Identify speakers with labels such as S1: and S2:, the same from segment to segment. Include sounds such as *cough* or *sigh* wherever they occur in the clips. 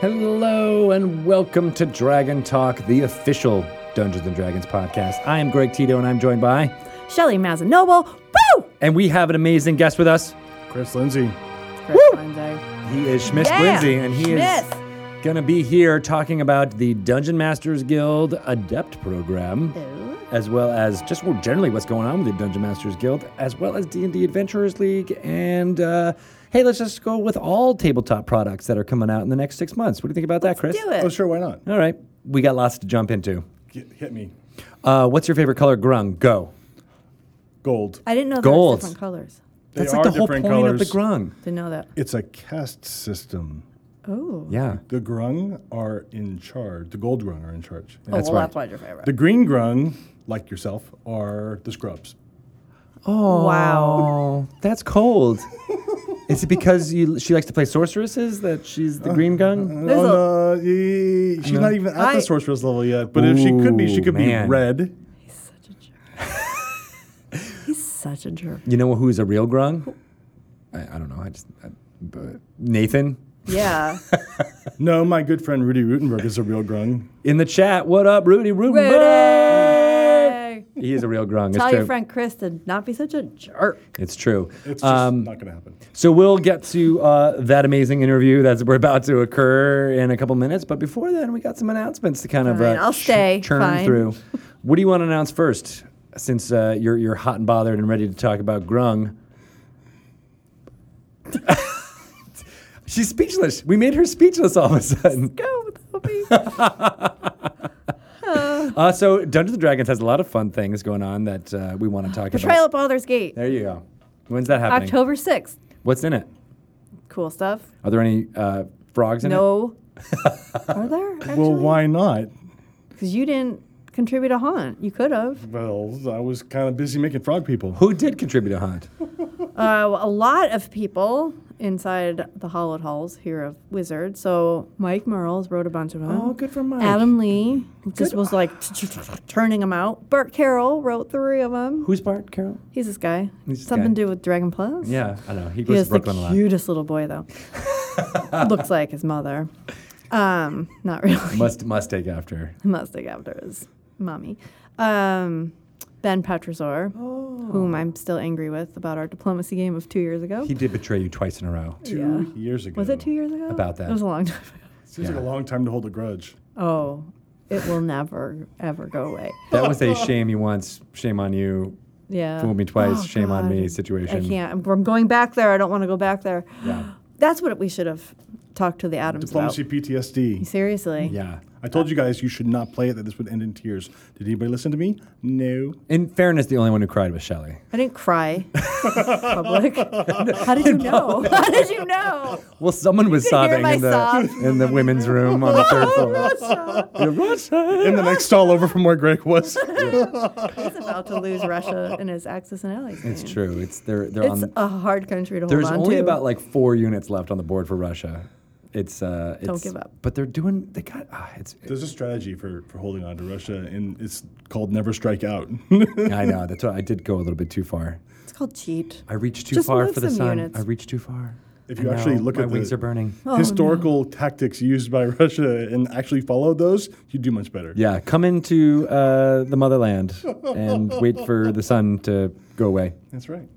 S1: Hello and welcome to Dragon Talk, the official Dungeons and Dragons podcast. I am Greg Tito and I'm joined by,
S2: Shelly Mazanoble. Woo!
S1: and we have an amazing guest with us.
S3: Chris Lindsay.
S2: Chris
S1: Woo!
S2: Lindsay.
S1: He is Schmitz
S2: Yeah,
S1: Lindsay and he is
S2: Schmitz.
S1: going to be here talking about the Dungeon Masters Guild Adept program. As well as just well, generally what's going on with the Dungeon Masters Guild, as well as D and D Adventurers League, and uh, hey, let's just go with all tabletop products that are coming out in the next six months. What do you think about that, Chris?
S2: Do
S3: Oh,
S2: it.
S3: sure, why not?
S1: All right, we got lots to jump into.
S3: Get, hit me.
S1: Uh, what's your favorite color, Grung? Go.
S3: Gold.
S2: I didn't know there was
S1: Gold.
S2: different colors.
S3: They
S1: That's
S3: are
S1: like the whole point
S3: different
S1: of the
S3: colors.
S1: Grung.
S2: Didn't know that.
S3: It's a caste system.
S2: Oh.
S1: Yeah.
S3: The grung are in charge. The gold grung are in charge.
S2: Oh,
S1: That's
S2: well,
S1: right.
S2: that's why it's your favorite.
S3: The green grung, like yourself, are the scrubs.
S1: Oh
S2: Wow.
S1: that's
S3: *laughs*
S1: cold. Is it because you, she likes to play sorceresses that she's the green gun?
S2: There's
S3: oh, no, ye- she's not even at
S2: I-
S3: the sorceress level yet. But if she could be, she
S1: Ooh,
S3: could
S1: man.
S3: be red.
S2: Such a jerk. He's such a jerk.
S1: You know who's a real grung? I, I don't know. I just I, but Nathan
S2: *laughs* Yeah.
S3: No, my good friend Rudy Rutenberg is a real grung.
S1: in the chat. What up, Rudy? Rutenberg.
S2: Hey.
S1: He is a real grung. It's
S2: Tell
S1: true.
S2: your friend Chris to not be such a jerk.
S1: It's true. Um,
S3: It's just not going to happen.
S1: So we'll get to uh, that amazing interview that's we're about to occur in a couple minutes. But before then, we got some announcements to kind of
S2: Fine,
S1: uh,
S2: I'll stay.
S1: churn
S2: Fine.
S1: through.
S2: *laughs*
S1: What do you want to announce first? Since uh, you're you're hot and bothered and ready to talk about Grung. *laughs* She's speechless. We made her speechless all of a sudden.
S2: Go with *laughs* Hobie.
S1: Uh, so Dungeons and Dragons has a lot of fun things going on that uh, we want to talk
S2: Betrayal
S1: about.
S2: at Baldur's Gate.
S1: There you go. When's that happening?
S2: October 6th.
S1: What's in it?
S2: Cool stuff.
S1: Are there any uh, frogs in it?
S2: *laughs* No. Are there?
S3: Well,
S2: Actually?
S3: why not?
S2: Because you didn't contribute a haunt. You could have.
S3: Well, I was kind of busy making frog people.
S1: Who did contribute a hunt?
S2: Uh, well, a lot of people inside the Hollowed Halls here of Wizard. So Mike Merles wrote a bunch of them.
S1: Oh, good for Mike.
S2: Adam Lee just was like turning them out. Burt Carroll wrote three of them.
S1: Who's Bart Carroll?
S2: He's this guy.
S1: He's this
S2: Something
S1: guy.
S2: to do with Dragon Plus.
S1: Yeah, I know. He
S2: He
S1: goes
S2: was
S1: to
S2: the
S1: Brooklyn a lot.
S2: cutest little
S1: *laughs*
S2: boy though. Looks like his mother. Um, not really. *laughs*
S1: Must must take after.
S2: Must take after his mommy. Um, ben Petrozor, whom I'm still angry with about our diplomacy game of two years ago.
S1: Oh. He did betray you twice in a row.
S3: Two years ago.
S2: Was it two years ago?
S1: About that.
S2: It was a long *laughs* time
S3: Seems like a long time to hold a grudge.
S2: ago. Oh, it will never, ever go away.
S1: That
S2: *laughs*
S1: was a shame you once, shame on you,
S2: Yeah.
S1: fool me twice,
S2: Oh,
S1: shame on
S2: God.
S1: me
S2: I
S1: situation.
S2: can't. I'm, I'm going back there. I don't want to go back there.
S1: Yeah.
S2: That's what we should have talked to the Adams
S3: Diplomacy PTSD.
S2: about. Seriously.
S1: Yeah.
S3: I told you guys you should not play it, that this would end in tears. Did anybody listen to me? No.
S1: In fairness, the only one who cried was Shelley.
S2: I didn't cry
S1: *laughs*
S2: in public. How did you know? *laughs* How did you know?
S1: Well, someone
S2: *laughs*
S1: was
S2: could hear
S1: sobbing
S2: my
S1: in the
S2: sobs
S1: in the women's room on the third
S2: *laughs*
S1: floor. Russia.
S3: In the next stall over from where Greg
S2: *laughs*
S3: was.
S2: He's about to lose Russia and his axis and allies.
S1: It's
S2: game.
S1: true. It's they're they're
S2: It's
S1: on.
S2: a hard country to
S1: There's
S2: hold on
S1: only
S2: to.
S1: about like four units left on the board for Russia. It's uh. It's,
S2: give up.
S1: But they're doing. They got. ah, it's.
S3: There's a strategy for, for holding on to Russia, and it's called never
S2: *laughs*
S3: strike out.
S1: I know. That's why I did go a little bit too far.
S2: it's called cheat.
S1: I reached too
S2: Just
S1: far
S2: move
S1: for the
S2: some
S1: sun.
S2: units.
S1: I reached too far.
S3: If
S1: I
S3: you actually
S1: know,
S3: look
S1: my
S3: at the-
S1: wings are burning.
S2: Oh,
S3: Historical tactics used by *laughs* Russia and actually follow those, you do much better.
S1: Yeah, come into uh, the motherland
S3: *laughs*
S1: and wait for the sun to go away.
S3: That's right.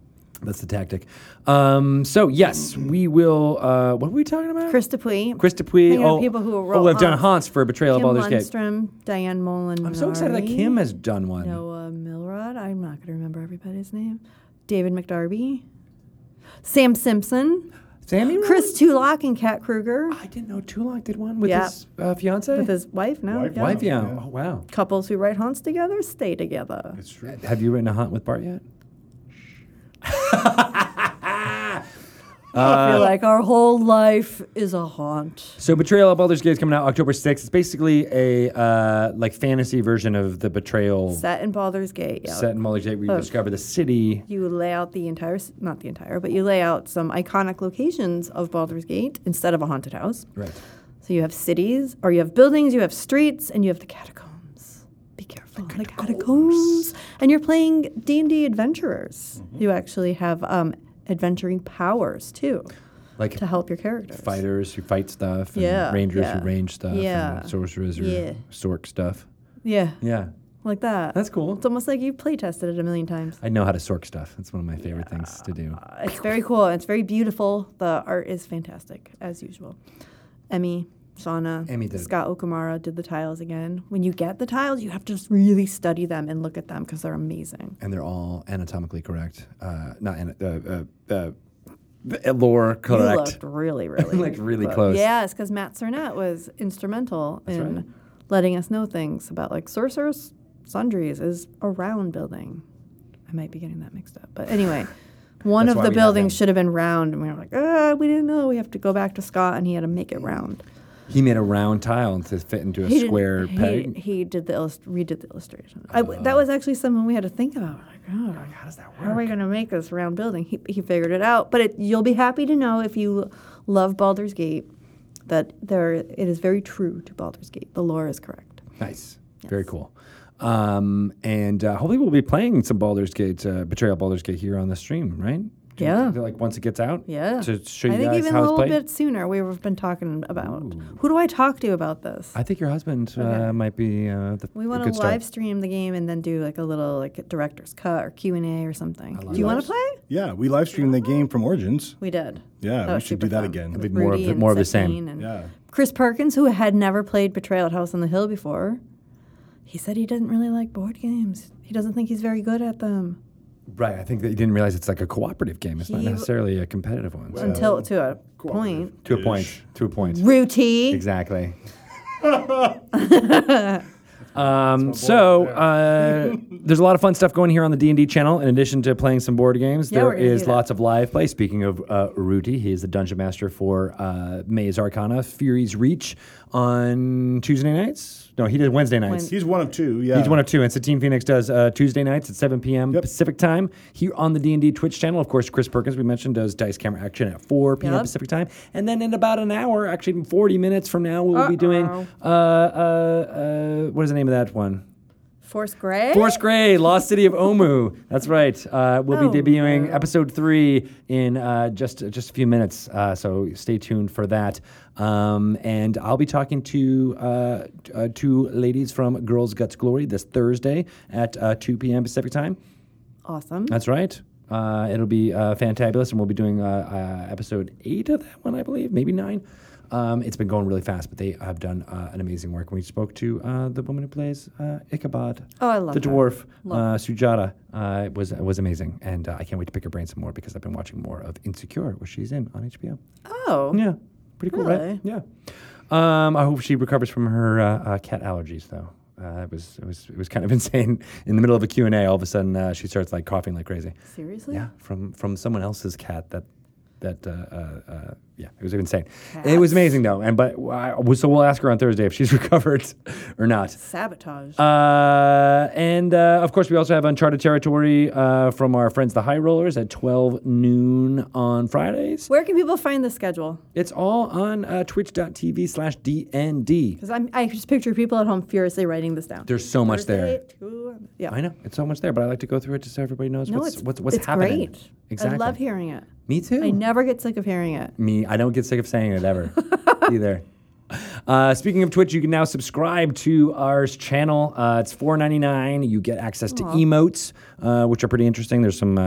S1: That's the tactic. Um, so yes, we will. Uh, what were we talking about?
S2: Chris Dupuy.
S1: Chris Dupuy.
S2: Hanging out
S1: Oh,
S2: with people who
S1: oh,
S2: wrote
S1: we've done
S2: Hans.
S1: Hans for Betrayal
S2: Kim
S1: of Baldur's Gate.
S2: Lundstrom, Diane Mullen.
S1: I'm so excited that Kim has done one.
S2: Noah Milrod. I'm not going to remember everybody's name. David McDarby. Sam Simpson.
S1: Sammy. wrote
S2: Chris Tulak and Kat Kruger
S1: one? I didn't know Tulak did one with
S2: Yeah.
S1: his uh, fiance.
S2: with his wife now.
S3: Wife,
S2: yeah.
S1: wife. Yeah.
S3: Yeah.
S1: Oh wow.
S2: Couples who write haunts together stay together.
S3: It's true.
S1: Have you written a haunt with Bart yet? Uh,
S2: I feel like our whole life is a haunt.
S1: So Betrayal at Baldur's Gate is coming out October 6th. It's basically a uh, like fantasy version of the Betrayal
S2: Set in Baldur's Gate. Yeah.
S1: set in Baldur's Gate where you
S2: Oh.
S1: discover the city.
S2: You lay out the entire, s- not the entire, but you lay out some iconic locations of Baldur's Gate instead of a haunted house.
S1: Right.
S2: So you have cities, or you have buildings, you have streets, and you have the catacombs. Be careful, the catacombs. And you're playing
S1: Mm-hmm.
S2: D and D adventurers. You actually have um, adventuring powers too.
S1: Like
S2: to help your characters.
S1: fighters who fight stuff, and
S2: Yeah,
S1: rangers
S2: yeah.
S1: who range stuff,
S2: Yeah.
S1: and sorcerers who
S2: Yeah.
S1: sork stuff.
S2: Yeah,
S1: Yeah,
S2: like that.
S1: that's cool.
S2: it's almost like you play tested it a
S1: *sighs*
S2: million times.
S1: I know how to sork stuff. That's one of my favorite things to do.
S2: Uh, It's very cool. It's very beautiful. The art is fantastic as usual. Emmy, Shauna,
S1: Emmy did.
S2: Scott Okamura did the tiles again. When you get the tiles, you have to just really study them and look at them because they're amazing.
S1: and they're all anatomically correct. Uh, not ana- uh, uh, uh, lore
S2: You
S1: correct.
S2: looked
S1: *laughs*
S2: really, really
S1: Like, really
S2: clo-
S1: close.
S2: Yes, because Matt Cernat was instrumental in
S1: right.
S2: letting us know things about like sorcerers. Sundries is a round building. I might be getting that mixed up,
S1: *laughs*
S2: but anyway, one
S1: That's
S2: of
S1: why
S2: the
S1: we have
S2: buildings
S1: him.
S2: should have been round, and we were like, ah, we didn't know. We have to go back to Scott, and he had to make
S1: Mm.
S2: it round.
S1: He made a round tile to fit into a
S2: He didn't-
S1: square
S2: he-
S1: peg. Uh.
S2: He, did the illust- redid the illustration. I w that was actually something we had to think about. We're Like, oh,
S1: How does that
S2: how are we going to make this round building? He, he figured it out. But it, you'll be happy to know if you love Baldur's Gate that there it is very true to Baldur's Gate. The lore is correct.
S1: Nice. Very cool. Um, and uh, hopefully we'll be playing some Baldur's Gate, uh, Betrayal Baldur's Gate here on the stream, right? Do you
S2: Yeah.
S1: think that, Like once it gets out?
S2: Yeah.
S1: To show you
S2: I think
S1: guys
S2: even
S1: how
S2: a
S1: it's
S2: little
S1: played?
S2: bit sooner we've been talking about who do I talk to about this?
S1: I think your husband uh, might be uh, the
S2: we
S1: a
S2: want to
S1: good start.
S2: live stream the game and then do like a little like director's cut or Q and A or something. Do you want to play?
S3: Yeah, we live streamed the game from Origins.
S2: We did.
S3: Yeah, we
S2: was
S3: should
S2: Oh, super
S3: do that
S2: fun.
S3: again.
S2: It
S1: It'd
S2: was
S1: be more of
S2: Rudy
S1: the-
S2: and
S1: more of the same.
S2: Satine and-
S3: Yeah.
S2: Chris Perkins, who had never played Betrayal at House on the Hill before, he said he doesn't really like board games. He doesn't think he's very good at them
S1: Right. I think that you didn't realize it's like a cooperative game. It's not
S2: He-
S1: necessarily a competitive one. so-
S2: until to a point.
S1: to a point. To a point.
S2: Ruti.
S1: Exactly. *laughs* um, so uh, there's a lot of fun stuff going here on the D and D channel. In addition to playing some board games,
S2: Yeah,
S1: there
S2: we're gonna
S1: is
S2: do that.
S1: lots of live play. Speaking of uh, Ruti, he is the dungeon master for uh, Maze Arcana, Fury's Reach on Tuesday nights. No, he did Wednesday nights.
S3: He's one of two. Yeah.
S1: He's one of two, and Satine Phoenix does uh, Tuesday nights at 7 p.m. Pacific time here on the D and D Twitch channel. Of course, Chris Perkins we mentioned does Dice Camera Action at 4 p.m.
S2: Yep.
S1: Pacific time, and then in about an hour, actually in 40 minutes from now, we will be doing uh,
S2: Uh-oh.
S1: uh, uh, what is the name of that one?
S2: Force Gray.
S1: Force Gray, Lost City of Omu. That's right. Uh, we'll be
S2: Oh,
S1: debuting
S2: no.
S1: episode three in uh, just just a few minutes. Uh, so stay tuned for that. Um, and I'll be talking to uh, t- uh, two ladies from Girls Guts Glory this Thursday at uh, 2 p.m. Pacific time.
S2: Awesome.
S1: That's right. Uh, it'll be uh, fantabulous, and we'll be doing uh, uh, episode eight of that one, I believe, maybe nine. Um, it's been going really fast, but they have done uh, an amazing work. We spoke to uh, the woman who plays uh, Ichabod,
S2: Oh, I love
S1: the
S2: her.
S1: dwarf uh, Sujata. Uh, it was it was amazing, and uh, I can't wait to pick her brain some more because I've been watching more of Insecure, which she's in on HBO.
S2: Oh.
S1: Yeah, pretty cool, right?
S2: Really?
S1: Yeah. Um, I hope she recovers from her uh, uh, cat allergies, though. Uh, it was it was it was kind of *laughs* insane. In the middle of a Q and A, all of a sudden uh, she starts like coughing like crazy.
S2: Seriously?
S1: Yeah, from from someone else's cat that that uh, uh, uh, yeah, it was insane. It was amazing though, and but I- so we'll ask her on Thursday if she's *laughs* recovered or not.
S2: Sabotage.
S1: Uh, and uh, of course, we also have Uncharted Territory uh, from our friends the High Rollers at 12 noon on Fridays.
S2: Where can people find the schedule?
S1: It's all on uh, twitch.tv slash DND.
S2: Because I just picture people at home furiously writing this down.
S1: There's so much there.
S2: Thursday, two- Yeah.
S1: I know it's so much there, but I like to go through it just so everybody knows
S2: no,
S1: what's,
S2: it's
S1: what's what's
S2: it's
S1: happening.
S2: great.
S1: Exactly.
S2: I love hearing it.
S1: Me too.
S2: I never get sick of hearing it.
S1: me. I don't get sick of saying it ever *laughs* either. Uh, speaking of Twitch, you can now subscribe to our channel. Uh, it's $4.99. You get access to emotes, uh, which are pretty interesting. There's some uh, uh,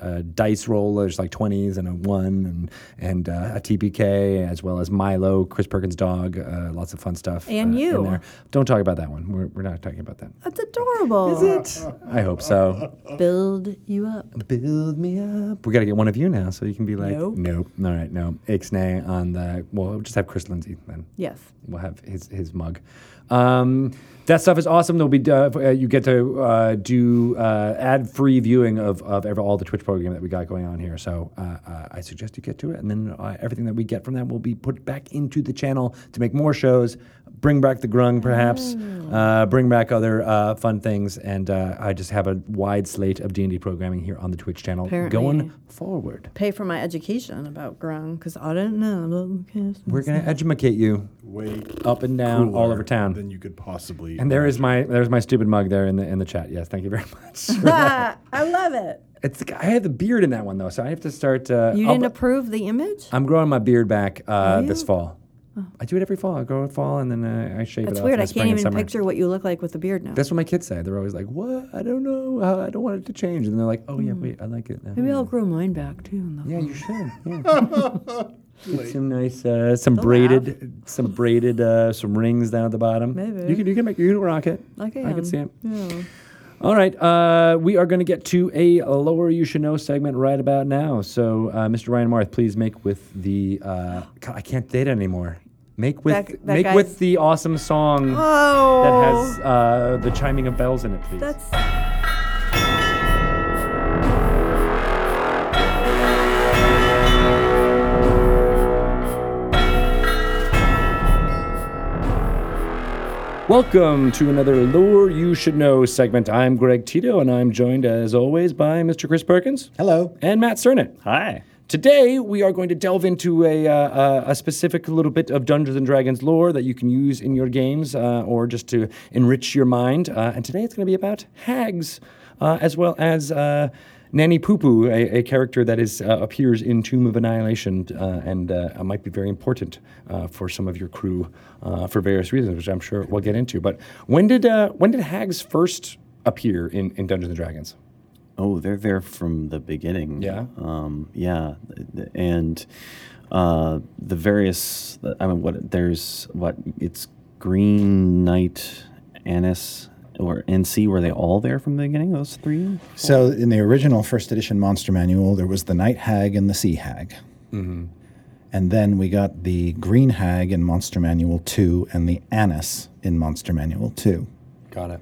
S1: uh, dice roll. There's like twenties and a one and and uh, a TPK, as well as Milo, Chris Perkins' dog. Uh, lots of fun stuff. uh, in
S2: And you.
S1: there. Don't talk about that one. We're, we're not talking about that.
S2: That's adorable.
S1: Is it? I hope so.
S2: Build you up.
S1: Build me up. We got to get one of you now, so you can be like,
S2: Nope.
S1: nope. All right, no. Ixnay on the. Well, we'll just have Chris Lindsay then.
S2: Yes.
S1: We'll have his his mug. Um, that stuff is awesome. There'll be uh, uh, you get to uh, do uh, ad free viewing of of every, all the Twitch program that we got going on here. So uh, uh, I suggest you get to it, and then uh, everything that we get from that will be put back into the channel to make more shows bring back the grung, perhaps, uh, bring back other uh, fun things, and uh, I just have a wide slate of D and D programming here on the Twitch channel going
S2: Apparently.
S1: forward.
S2: Pay for my education about grung because I didn't know.
S1: *laughs*
S2: about cast.
S1: We're gonna educate you
S3: Way
S1: up and down all
S3: cooler
S1: over town.
S3: than you could possibly.
S1: and there is my there's my stupid mug there in the in the chat. Yes, thank you very *laughs* much.
S2: Ah, I love it.
S1: it's I have the beard in that one though, so I have to start. Uh,
S2: You
S1: I'll-
S2: didn't approve the image?
S1: I'm growing my beard back uh, this fall. I do it every fall. I grow it fall and then uh, I shave it.
S2: Oh. That's
S1: off
S2: weird.
S1: in the
S2: I
S1: spring
S2: can't
S1: and
S2: even
S1: summer.
S2: picture what you look like with a beard now.
S1: That's what my kids say. They're always like, "What? I don't know. Uh, I don't want it to change." And they're like, "Oh yeah, wait, I like it now."
S2: Hmm. Maybe I'll grow mine back too. and they'll-
S1: Yeah, you
S2: *laughs*
S1: should. Yeah. Get some nice, uh, some braided, some braided, uh, some rings down at the bottom.
S2: Maybe.
S1: you can you can make you can rock it.
S2: Like I
S1: I
S2: am.
S1: can see it.
S2: Yeah.
S1: All right, uh, we are going to get to a lower you should know segment right about now. So, uh, Mr. Ryan Marth, please make with the uh, God, I can't date anymore. Make with
S2: That- that
S1: make
S2: guy's-
S1: with the awesome song
S2: Oh.
S1: that has uh, the chiming of bells in it, please.
S2: That's.
S1: Welcome to another Lure You Should Know segment. I'm Greg Tito, and I'm joined, as always, by Mr. Chris Perkins.
S4: Hello.
S1: And Matt Cernan.
S5: Hi.
S1: Today, we are going to delve into a, uh, uh, a specific little bit of Dungeons and Dragons lore that you can use in your games uh, or just to enrich your mind. Uh, and today, it's going to be about hags, uh, as well as uh, Nanny Poo Poo, a, a character that is uh, appears in Tomb of Annihilation uh, and uh, might be very important uh, for some of your crew uh, for various reasons, which I'm sure we'll get into. But when did uh, when did hags first appear in, in Dungeons and Dragons?
S5: Oh, they're there from the beginning.
S1: Yeah?
S5: Um, yeah. th- And uh, the various, I mean, what, there's what, it's Green Knight, Anise, or NC, were they all there from the beginning, those three?
S4: So, in the original first edition monster manual, there was the night hag and the sea hag.
S1: Mm-hmm.
S4: And then we got the green hag in Monster Manual 2 and the anise in Monster Manual 2.
S1: Got it.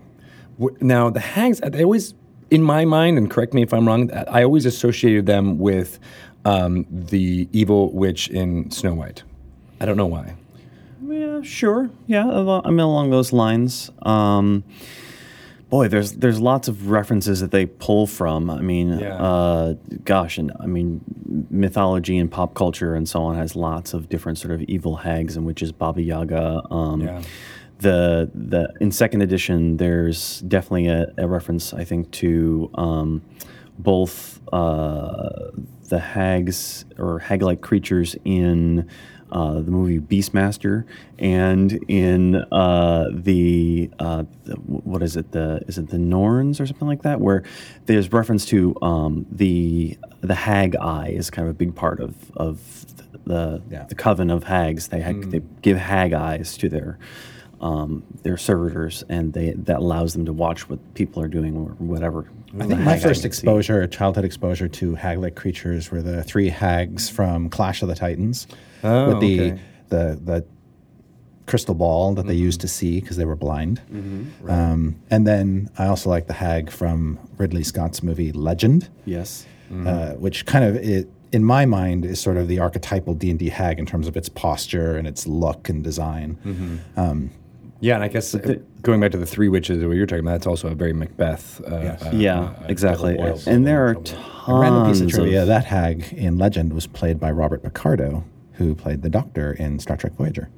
S1: Wh- Now the hags, they always, in my mind, and correct me if I'm wrong, I always associated them with um, the evil witch in Snow White. I don't know why.
S5: Yeah, sure. Yeah, alo- I mean along those lines. Um, boy, there's there's lots of references that they pull from. I mean,
S1: Yeah.
S5: uh, gosh, and I mean mythology and pop culture and so on has lots of different sort of evil hags and witches, Baba Yaga. Um,
S1: Yeah.
S5: The the in second edition, there's definitely a, a reference I think to um, both uh, the hags or hag-like creatures in uh, the movie Beastmaster and in uh, the, uh, the what is it the is it the Norns or something like that where there's reference to um, the the hag eye is kind of a big part of of the
S4: Yeah. Mm.
S5: the coven of hags they ha- they give hag eyes to their um, their servitors and they that allows them to watch what people are doing or whatever
S4: I think my first exposure, childhood exposure to hag like creatures, were the three hags from Clash of the Titans
S1: Oh,
S4: with the,
S1: okay. Mm-hmm.
S4: the, the crystal ball that they used to see because they were blind. um, and then I also like the hag from Ridley Scott's movie Legend.
S5: yes
S4: uh, which kind of it, in my mind is sort of the archetypal D&D hag in terms of its posture and its look and design.
S1: Yeah, and I guess uh, going back to the three witches that we were talking about, that's also a very Macbeth. Uh, uh,
S5: yeah,
S1: uh, uh,
S5: exactly.
S1: double boil.
S5: And there are
S4: A random piece of
S5: tons
S4: trivia,
S5: of
S4: that hag in Legend was played by Robert Picardo, who played the Doctor in Star Trek Voyager.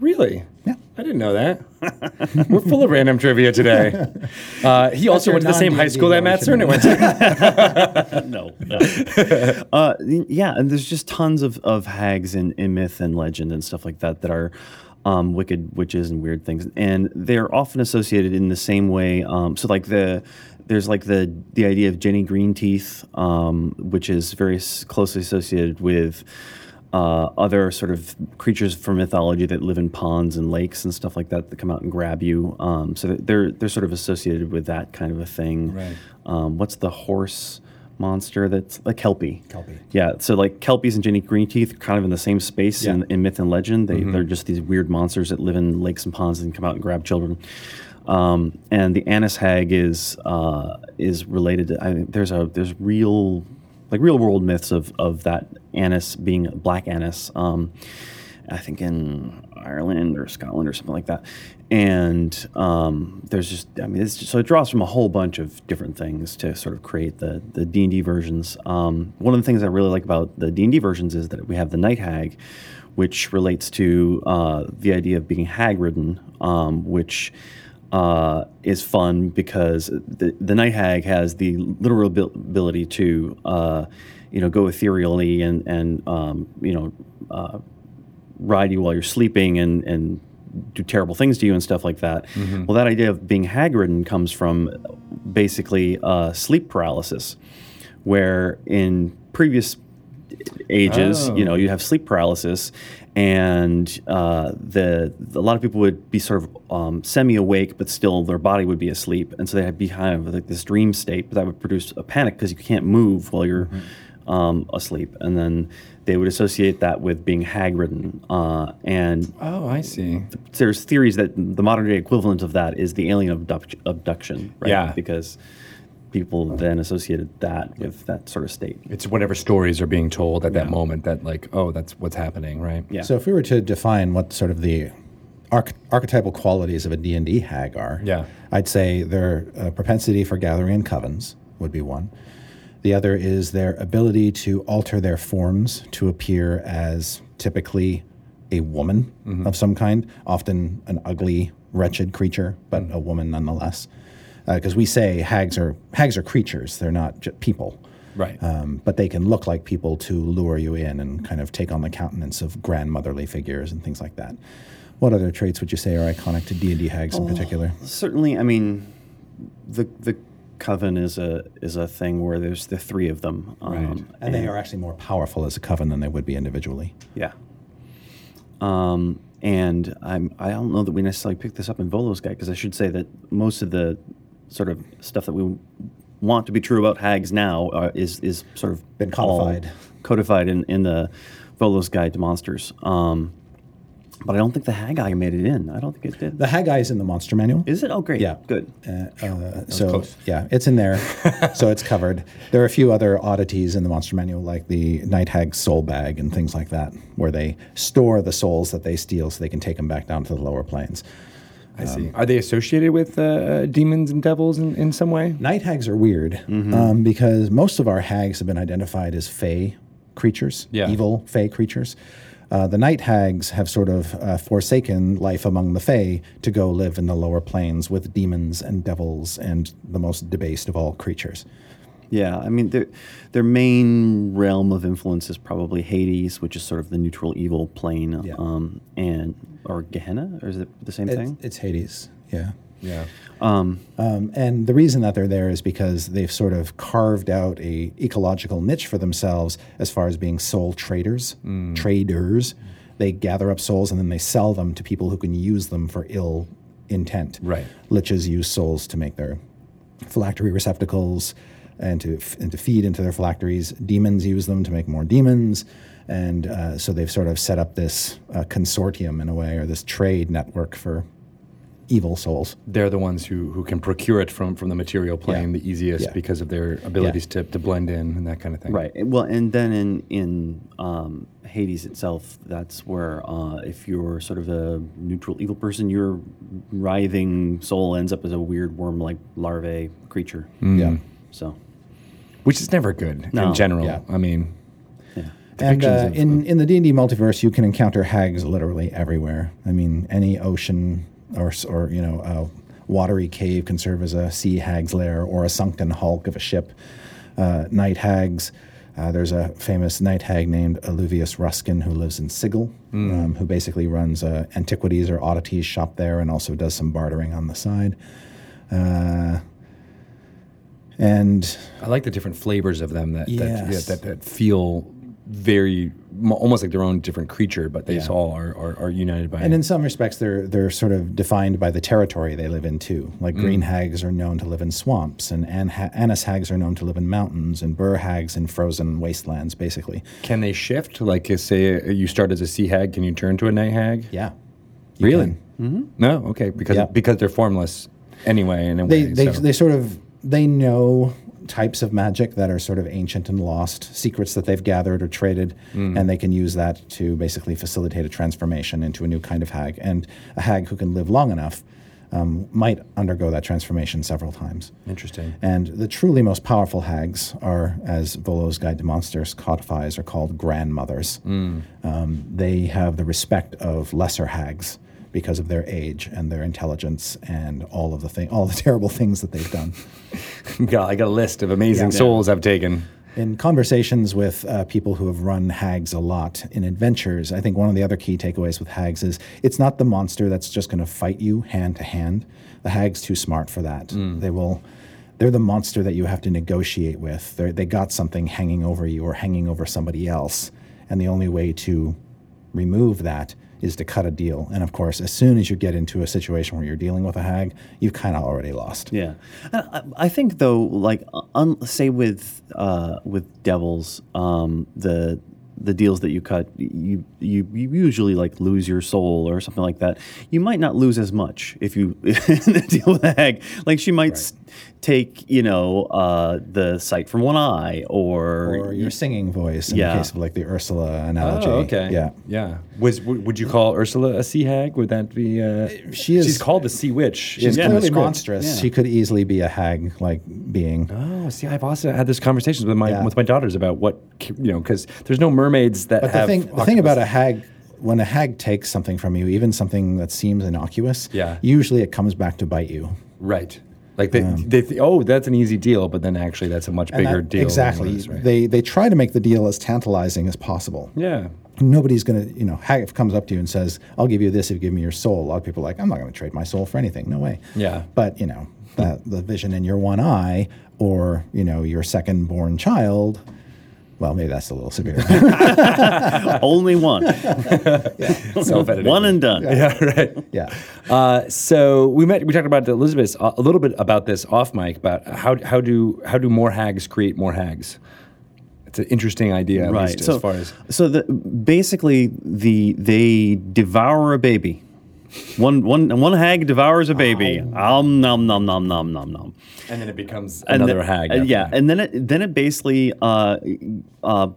S1: Really?
S4: Yeah.
S1: I didn't know that. We're full of random trivia today. *laughs* Uh, he also
S4: your
S1: went to the same high
S4: non-D&D
S1: school that Matt
S4: version.
S1: Cernan went to.
S5: *laughs* no. no. uh, yeah, and there's just tons of, of hags in, in myth and legend and stuff like that that are um, wicked witches and weird things, and they're often associated in the same way. Um, so like the there's like the the idea of Jenny Greenteeth, um, which is very s- closely associated with. Uh, other sort of creatures from mythology that live in ponds and lakes and stuff like that that come out and grab you. Um, so they're they're sort of associated with that kind of a thing.
S1: Right.
S5: Um, what's the horse monster that's like Kelpie?
S4: Kelpie.
S5: Yeah. So like Kelpies and Jenny Greenteeth are kind of in the same space in, in myth and legend. They they're just these weird monsters that live in lakes and ponds and come out and grab children. Um, and the Anis Hag is uh, is related to. I mean, there's a there's real like real world myths of of that Anis being a black Anis. Um, I think in Ireland or Scotland or something like that. And um, there's just, I mean, it's just, so it draws from a whole bunch of different things to sort of create the the D and D versions. Um, one of the things I really like about the D and D versions is that we have the Night Hag, which relates to uh, the idea of being hag ridden, um, which uh, is fun because the, the night hag has the literal abil- ability to, uh, you know, go ethereally and and um, you know, uh, ride you while you're sleeping and and do terrible things to you and stuff like that. Well, that idea of being hag ridden comes from basically uh, sleep paralysis, where in previous ages, you know, you have sleep paralysis, and uh, the a lot of people would be sort of um, semi awake, but still their body would be asleep, and so they'd be kind of like this dream state, but that would produce a panic because you can't move while you're um, asleep, and then they would associate that with being hag ridden, uh, and
S1: Oh, I see.
S5: there's theories that the modern day equivalent of that is the alien abduct- abduction, right?
S1: Yeah.
S5: because people then associated that with that sort of state.
S1: It's whatever stories are being told at that moment that, like, oh, that's what's happening, right?
S5: Yeah.
S4: So if we were to define what sort of the arch- archetypal qualities of a D&D hag are,
S1: Yeah.
S4: I'd say their uh, propensity for gathering in covens would be one. The other is their ability to alter their forms to appear as typically a woman of some kind, often an ugly, wretched creature, but a woman nonetheless. Because we say hags are hags are creatures; they're not j- people.
S1: Right.
S4: Um, but they can look like people to lure you in and kind of take on the countenance of grandmotherly figures and things like that. What other traits would you say are iconic to D and D hags in particular?
S5: certainly i mean the the coven is a is a thing where there's the three of them um,
S4: And they are actually more powerful as a coven than they would be individually.
S5: yeah um and i'm i don't know that we necessarily picked this up in volo's guide because i should say that most of the sort of stuff that we want to be true about hags now uh, is is sort of
S4: Been
S5: all
S4: codified.
S5: codified in in the volo's guide to monsters um but i don't think the hag eye made it in i don't think it did
S4: The hag eye is in the monster manual.
S5: is it oh great
S4: Yeah.
S5: good
S4: so yeah, it's in there, so it's covered. There are a few other oddities in the monster manual, like the night hag's soul bag and things like that, where they store the souls that they steal so they can take them back down to the lower planes.
S1: I see. Um, Are they associated with uh, demons and devils in, in some way?
S4: Night hags are weird um, because most of our hags have been identified as fey creatures,
S1: Yeah.
S4: evil fey creatures. Uh, the night hags have sort of uh, forsaken life among the fey to go live in the lower planes with demons and devils and the most debased of all creatures.
S5: Yeah, I mean, their their main realm of influence is probably Hades, which is sort of the neutral evil plane,
S4: Yeah.
S5: um, and or Gehenna, or is it the same
S4: It's,
S5: thing?
S4: it's Hades, yeah.
S1: Yeah.
S4: Um, and the reason that they're there is because they've sort of carved out a ecological niche for themselves as far as being soul traders, traders. They gather up souls and then they sell them to people who can use them for ill intent.
S1: Right.
S4: Liches use souls to make their phylactery receptacles and to, f- and to feed into their phylacteries. Demons use them to make more demons. And uh, so they've sort of set up this uh, consortium in a way, or this trade network for evil souls.
S1: They're the ones who, who can procure it from, from the material plane the easiest
S4: Yeah.
S1: because of their abilities to, to blend in and that kind of thing.
S5: Right. and- Well, and then in in um, Hades itself, that's where uh, if you're sort of a neutral evil person, your writhing soul ends up as a weird worm-like larvae creature.
S4: Yeah.
S5: So,
S1: Which is never good
S5: No.
S1: in general.
S4: Yeah.
S1: I mean,
S5: yeah.
S4: And
S1: depictions
S4: uh,
S1: of
S4: in, in the D&D multiverse, you can encounter hags literally everywhere. I mean, any ocean or, s- or you know, a watery cave can serve as a sea hag's lair or a sunken hulk of a ship. Uh, night hags. Uh, there's a famous night hag named Alluvius Ruskin who lives in Sigil, um, who basically runs a antiquities or oddities shop there and also does some bartering on the side. Uh, and
S1: I like the different flavors of them that that, yeah,
S4: Yes.
S1: that, that feel very mo- almost like their own different creature, but they
S4: Yeah.
S1: all are, are, are united by
S4: And in some respects, they're they're sort of defined by the territory they live in too. Like green hags are known to live in swamps, and an- ha- anise hags are known to live in mountains, and burr hags in frozen wastelands, basically.
S1: Can they shift? Like, uh, say uh, you start as a sea hag, can you turn to a night hag?
S4: Yeah,
S1: really? Mm-hmm. No, okay, because
S4: Yeah.
S1: because they're formless anyway. In a
S4: they
S1: way,
S4: they,
S1: so-
S4: they sort of they know types of magic that are sort of ancient and lost, secrets that they've gathered or traded, and they can use that to basically facilitate a transformation into a new kind of hag. And a hag who can live long enough um, might undergo that transformation several times.
S1: Interesting.
S4: And the truly most powerful hags are, as Volo's Guide to Monsters codifies, are called grandmothers. Um, they have the respect of lesser hags because of their age and their intelligence and all of the thing, all the *laughs* terrible things that they've done.
S1: God, I *laughs* got a list of amazing souls I've taken.
S4: In conversations with uh, people who have run hags a lot in adventures, I think one of the other key takeaways with hags is it's not the monster that's just going to fight you hand to hand. The hag's too smart for that.
S5: Mm.
S4: They will. They're the monster that you have to negotiate with. They're, they got something hanging over you or hanging over somebody else, and the only way to remove that is to cut a deal. And of course, as soon as you get into a situation where you're dealing with a hag, you've kind of already lost.
S5: Yeah, and I, I think though, like un, say with uh, with devils, um, the the deals that you cut, you, you you usually like lose your soul or something like that. You might not lose as much if you *laughs* deal with a hag. Like she might s take you know uh, the sight from one eye, or,
S4: Or your singing voice in
S5: Yeah. Oh,
S4: the case of like the Ursula analogy. Yeah.
S1: Yeah. Was w- would you call Ursula a sea hag? Would that be? Uh,
S4: she is-
S1: She's called the sea witch.
S4: She's
S1: in- in the
S4: clearly
S1: script.
S4: monstrous.
S5: Yeah.
S4: She could easily be a hag like being.
S1: Oh, see, I've also had this conversations with my
S4: Yeah.
S1: with my daughters about what c- you know because there's no mermaids that
S4: But the
S1: have.
S4: thing, the
S1: octopus-
S4: thing about a hag, when a hag takes something from you, even something that seems innocuous,
S1: Yeah.
S4: usually it comes back to bite you.
S1: right, like they, they th- oh that's an easy deal, but then actually that's a much
S4: And
S1: bigger
S4: that-
S1: deal. than
S4: Exactly.
S1: what it is, right?
S4: They they try to make the deal as tantalizing as possible.
S1: yeah. *laughs*
S4: Nobody's gonna, you know, hag if comes up to you and says, "I'll give you this if you give me your soul." A lot of people are like, "I'm not gonna trade my soul for anything. No way."
S1: Yeah.
S4: But you know, the the vision in your one eye, or you know, your second born child. Well, maybe that's a little severe. *laughs*
S1: *laughs*
S5: only one, *laughs*
S1: Self-editing.
S5: one and done.
S1: Yeah, right.
S4: yeah.
S1: Uh, so we met. We talked about Elizabeth a, a little bit about this off mic about how how do how do more hags create more hags? It's an interesting idea, at least as far as
S5: so the, basically the they devour a baby. One one one hag devours a baby.
S1: Oh.
S5: Um nom nom nom nom nom nom.
S1: and then it becomes
S5: And
S1: another
S5: the-
S1: hag.
S5: uh,
S1: after
S5: yeah,
S1: that.
S5: and then it then it basically uh, uh,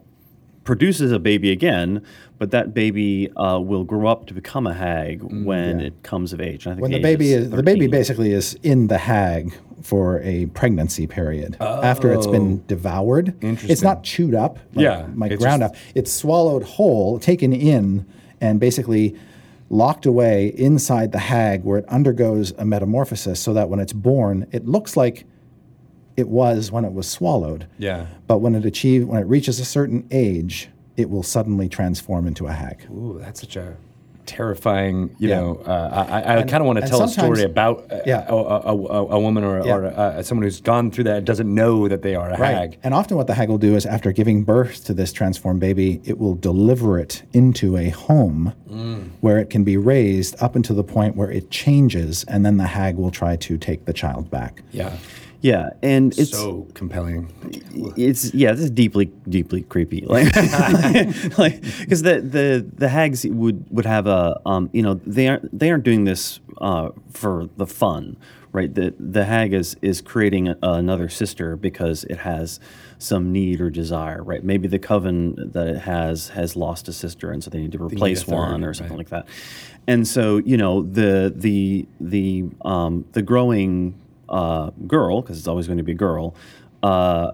S5: produces a baby again, but that baby uh, will grow up to become a hag
S1: Mm,
S5: when it comes of age. And I think
S4: when the
S5: age
S4: baby is, the
S5: 13.
S4: baby basically is in the hag for a pregnancy period after it's been devoured. It's
S1: Oh. Interesting.
S4: not chewed up. Like,
S1: Yeah,
S4: like
S1: it's
S4: ground
S1: just-
S4: up. It's swallowed whole, taken in, and basically locked away inside the hag, where it undergoes a metamorphosis, so that when it's born, it looks like it was when it was swallowed.
S1: Yeah.
S4: But when it achieve when it reaches a certain age, it will suddenly transform into a hag.
S1: Ooh, that's such a terrifying. You
S4: Yeah.
S1: know, uh, I- I, I kind of want to
S4: and
S1: tell a story
S4: sometimes-
S1: about uh,
S4: Yeah.
S1: a, a, a, a woman or,
S4: Yeah.
S1: or uh, someone who's gone through that doesn't know that they are a hag.
S4: And often what the hag will do is after giving birth to this transformed baby, it will deliver it into a home where it can be raised up until the point where it changes and then the hag will try to take the child back.
S1: Yeah,
S5: yeah, and it's
S1: so compelling.
S5: it's yeah, this is deeply deeply creepy. *laughs* Like, like because the, the the hags would would have a um you know they aren't they aren't doing this uh for the fun, right? The the hag is is creating a, another sister because it has some need or desire, right? Maybe the coven that it has has lost a sister, and so they need to replace
S1: third,
S5: one or
S1: right.
S5: something like that. And so you know the the the um the growing uh, girl, because it's always going to be a girl, uh,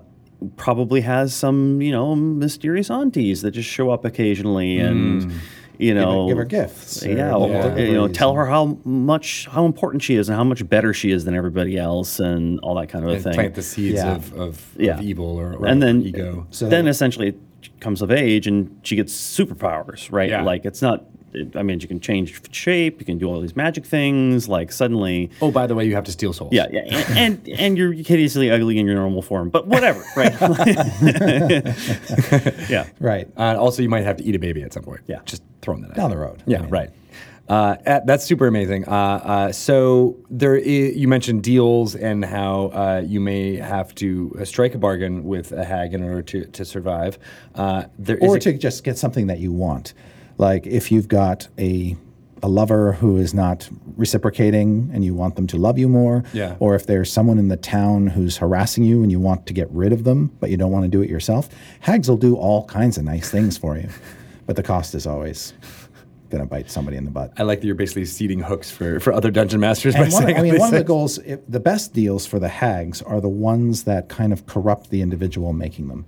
S5: probably has some, you know, mysterious aunties that just show up occasionally and, you know,
S4: Hmm. give her gifts or
S5: Yeah,
S4: little
S5: or, you know,
S4: deliveries
S5: tell her how much, how important she is and how much better she is than everybody else and all that kind of a
S1: And
S5: thing.
S1: plant the seeds
S4: Yeah.
S1: of, of,
S5: Yeah.
S1: of evil or, or
S5: and then,
S1: ego.
S5: so then essentially it comes of age and she gets superpowers, right?
S1: Yeah.
S5: Like it's not, it, I mean, you can change shape, you can do all these magic things. Like suddenly,
S1: Oh, by the way, you have to steal souls.
S5: yeah, yeah, and and, and you're hideously ugly in your normal form, but whatever,
S1: *laughs*
S5: right? *laughs* yeah,
S4: Right.
S1: Uh, also, you might have to eat a baby at some point.
S5: Yeah.
S1: Just throwing that out.
S4: Down the road.
S1: Yeah,
S4: I mean,
S1: right. Uh, at- that's super amazing. Uh, uh, so there, i you mentioned deals and how uh, you may have to uh, strike a bargain with a hag in order to to survive. Uh, there is
S4: Or
S1: a-
S4: to just get something that you want. Like if you've got a a lover who is not reciprocating and you want them to love you more,
S1: Yeah.
S4: or if there's someone in the town who's harassing you and you want to get rid of them, but you don't want to do it yourself, hags will do all kinds of nice things for you. But the cost is always going to bite somebody in the butt.
S1: I like that you're basically seeding hooks for, for other dungeon masters by
S4: And one,
S1: saying
S4: I
S1: all
S4: mean,
S1: these
S4: one of the
S1: things.
S4: goals, i the best deals for the hags are the ones that kind of corrupt the individual making them.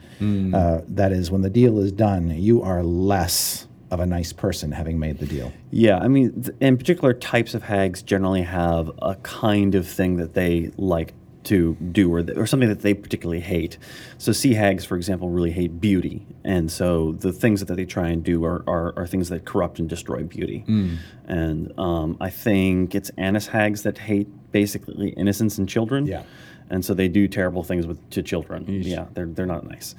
S4: Uh, that is, when the deal is done, you are less of a nice person having made the deal.
S5: Yeah, I mean, th- and particular types of hags generally have a kind of thing that they like to do or, th- or something that they particularly hate. So, sea hags, for example, really hate beauty. And so the things that they try and do are, are, are things that corrupt and destroy beauty. And um, I think it's anise hags that hate basically innocence and children.
S1: Yeah.
S5: And so they do terrible things with to children. Yeah, they're, they're not nice.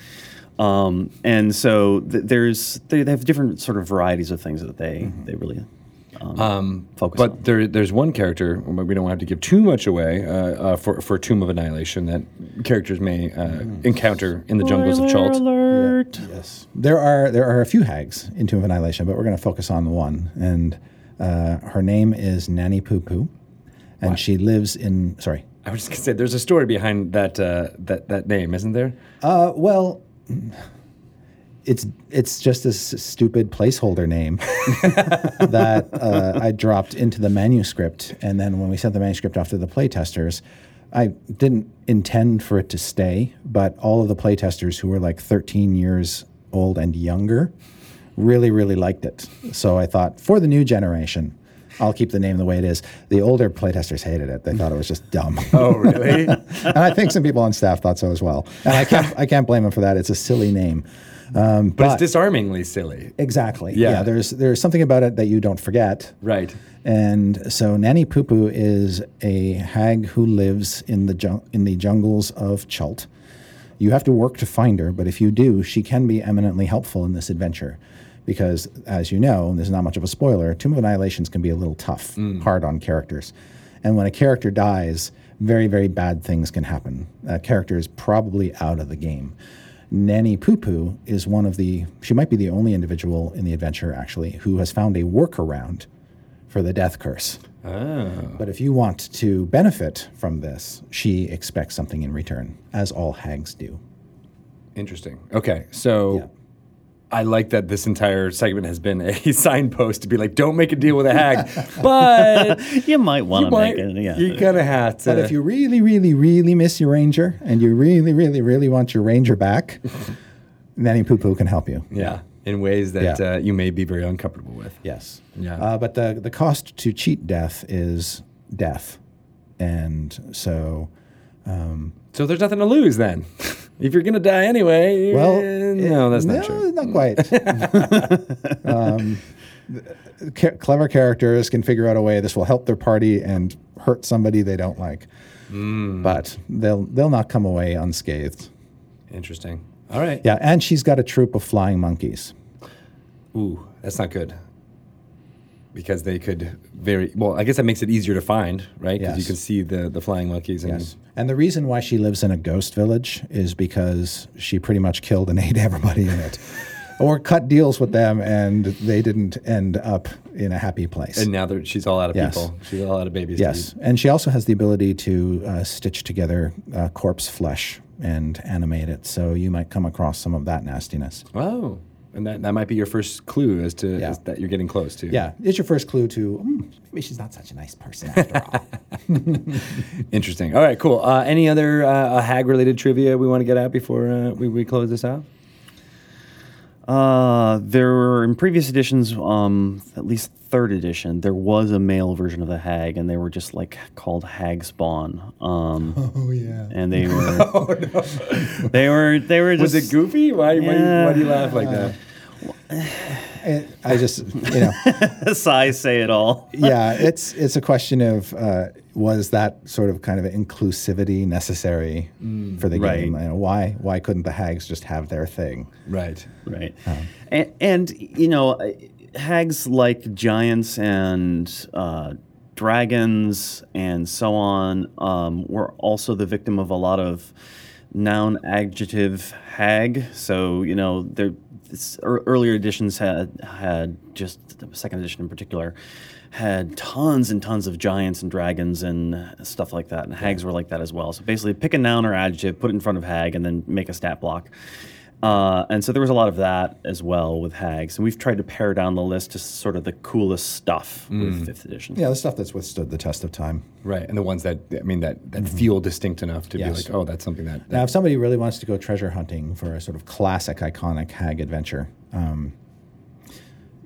S5: Um, and so th- there's they, they have different sort of varieties of things that they they really um, focus on.
S1: Mm-hmm. But there, there's one character. but We don't have to give too much away uh, uh, for for Tomb of Annihilation that characters may uh,
S4: Mm.
S1: encounter in the jungles of Chult.
S5: alert.
S4: Yes, there are there are a few hags in Tomb of Annihilation, but we're going to focus on the one, and uh, her name is Nanny Poo Poo, and she lives in sorry.
S1: I was just gonna say, there's a story behind that uh, that that name, isn't there?
S4: Uh, well, it's it's just a s- stupid placeholder name *laughs* that uh, I dropped into the manuscript, and then when we sent the manuscript off to the playtesters, I didn't intend for it to stay, but all of the playtesters who were like 13 years old and younger really really liked it. So I thought for the new generation. I'll keep the name the way it is. The older playtesters hated it. They thought it was just dumb. *laughs*
S1: Oh, really?
S4: and I think some people on staff thought so as well. And I can't, I can't blame them for that. It's a silly name.
S1: but *laughs* it's disarmingly silly,
S4: Exactly.
S1: Yeah.
S4: there's there's something about it that you don't forget.
S1: right?
S4: And so Nanny Poo Poo is a hag who lives in the jung- in the jungles of Chult. You have to work to find her, but if you do, she can be eminently helpful in this adventure. Because, as you know, and this is not much of a spoiler, Tomb of Annihilations can be a little tough, hard on characters. And when a character dies, very, very bad things can happen. A character is probably out of the game. Nanny Poo Poo is one of the, she might be the only individual in the adventure, actually, who has found a workaround for the death curse.
S1: Oh.
S4: But if you want to benefit from this, she expects something in return, as all hags do.
S1: Interesting. Okay, so. I like that this entire segment has been a *laughs* signpost to be like, don't make a deal with a hag, but
S5: You might want
S1: you
S5: to make
S1: might,
S5: it. Yeah.
S1: you're gonna have to.
S4: But if you really, really, really miss your ranger and you really, really, really want your ranger back,
S1: *laughs*
S4: Nanny Poo Poo can help you.
S1: yeah, in ways that
S4: Yeah.
S1: uh, you may be very uncomfortable with.
S4: Yes.
S1: Yeah.
S4: Uh, but the, the cost to cheat death is death. And so,
S1: So there's nothing to lose then. *laughs* if you're gonna die anyway,
S4: well,
S1: eh, no, that's not
S4: no,
S1: true.
S4: Not quite.
S1: *laughs*
S4: ca- clever characters can figure out a way this will help their party and hurt somebody they don't like.
S1: Hmm.
S4: But they'll they'll not come away unscathed.
S1: Interesting. All right.
S4: Yeah, and she's got a troop of flying monkeys.
S1: Ooh, that's not good. Because they could very well. I guess that makes it easier to find, right? Because you
S4: Yes.
S1: can see the the flying monkeys. And,
S4: And the reason why she lives in a ghost village is because she pretty much killed and *laughs* ate everybody in it. Or cut deals with them, and they didn't end up in a happy place.
S1: and now that she's all out of
S4: Yes.
S1: people, she's all out of babies. to
S4: Yes, and she also has the ability to uh, stitch together uh, corpse flesh and animate it. So you might come across some of that nastiness.
S1: eat. Oh, and that, that might be your first clue as to
S4: Yeah.
S1: as that you're getting close to.
S4: Yeah, it's your first clue to "Hmm, maybe she's not such a nice person after all.
S1: Interesting. All right. Cool. Uh, any other uh, hag related trivia we want to get at before uh, we, we close this out?
S5: Uh, there were in previous editions, um, at least third edition, there was a male version of the hag, and they were just like called hag spawn. Um,
S1: *laughs*
S5: oh yeah, and they were, they were, they were just
S1: Oh, Was
S5: *laughs*
S1: it goofy? Why, why, do you- why do you laugh like that?
S4: And Eh, I just, you know,
S5: I say it all.
S4: yeah, it's it's a question of uh, was that sort of kind of inclusivity necessary for the
S5: Mm, right.
S4: game? You know, why why couldn't the hags just have their thing?
S1: Right.
S5: right and, and you know uh, hags like giants and uh, dragons and so on um, were also the victim of a lot of noun adjective hag so you know they're this, ear- earlier editions had had just the second edition in particular had tons and tons of giants and dragons and stuff like that, and hags were like that as well. So basically, pick a noun or adjective, put it in front of hag, and then make a stat block. Uh, and so there was a lot of that as well with hags, and we've tried to pare down the list to sort of the coolest stuff with fifth edition.
S4: Yeah, the stuff that's withstood the test of time.
S1: Right, and the ones that I mean that that feel distinct enough to
S4: Yes.
S1: be like, oh, that's something that, that
S4: Now, if somebody really wants to go treasure hunting for a sort of classic, iconic hag adventure, um,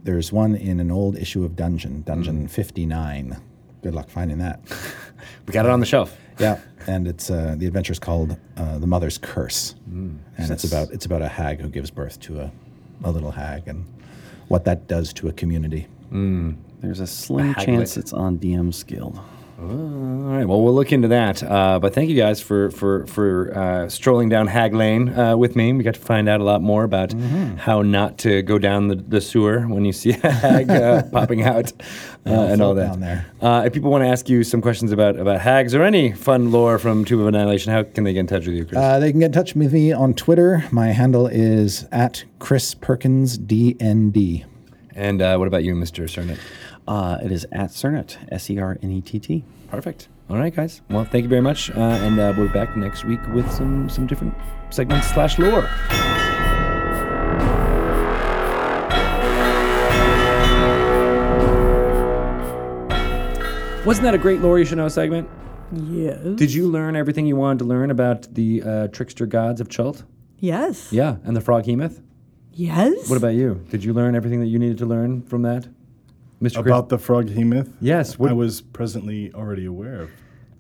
S4: there's one in an old issue of Dungeon,
S1: Mm.
S4: Dungeon 59. Good luck finding that.
S1: we got it on the shelf.
S4: yeah, and it's uh, the adventure's called uh, "The Mother's Curse,"
S1: Mm.
S4: and it's about it's about a hag who gives birth to a, a little hag and what that does to a community.
S5: There's a slim
S1: haglet.
S5: chance it's on DM's Guild.
S1: All right. Well, we'll look into that. Uh, but thank you guys for for for uh, strolling down Hag Lane uh, with me. We got to find out a lot more about
S4: Mm-hmm.
S1: how not to go down the, the sewer when you see *laughs* a hag
S4: *laughs*
S1: uh, popping out uh, and all
S4: float
S1: that.
S4: down there.
S1: Uh, if people want to ask you some questions about about hags or any fun lore from Tube of Annihilation, how can they get in touch with you, Chris?
S4: Uh, they can get in touch with me on Twitter. My handle is at Chris Perkins DND.
S1: and uh, what about you, Mister Cernet?
S5: Uh, it is at Cernet, S E R N E T T.
S1: Perfect. All right, guys. Well, thank you very much, uh, and uh, we'll be back next week with some some different segments slash lore. Wasn't that a great Lore You Should Know segment?
S2: Yes.
S1: Did you learn everything you wanted to learn about the uh, trickster gods of Chult?
S2: Yes.
S1: Yeah, and the Frog Hemoth.
S2: Yes.
S1: What about you? Did you learn everything that you needed to learn from that, Mr. Chris?
S3: About the frog hemoth?
S1: Yes, what-
S3: I was presently already aware of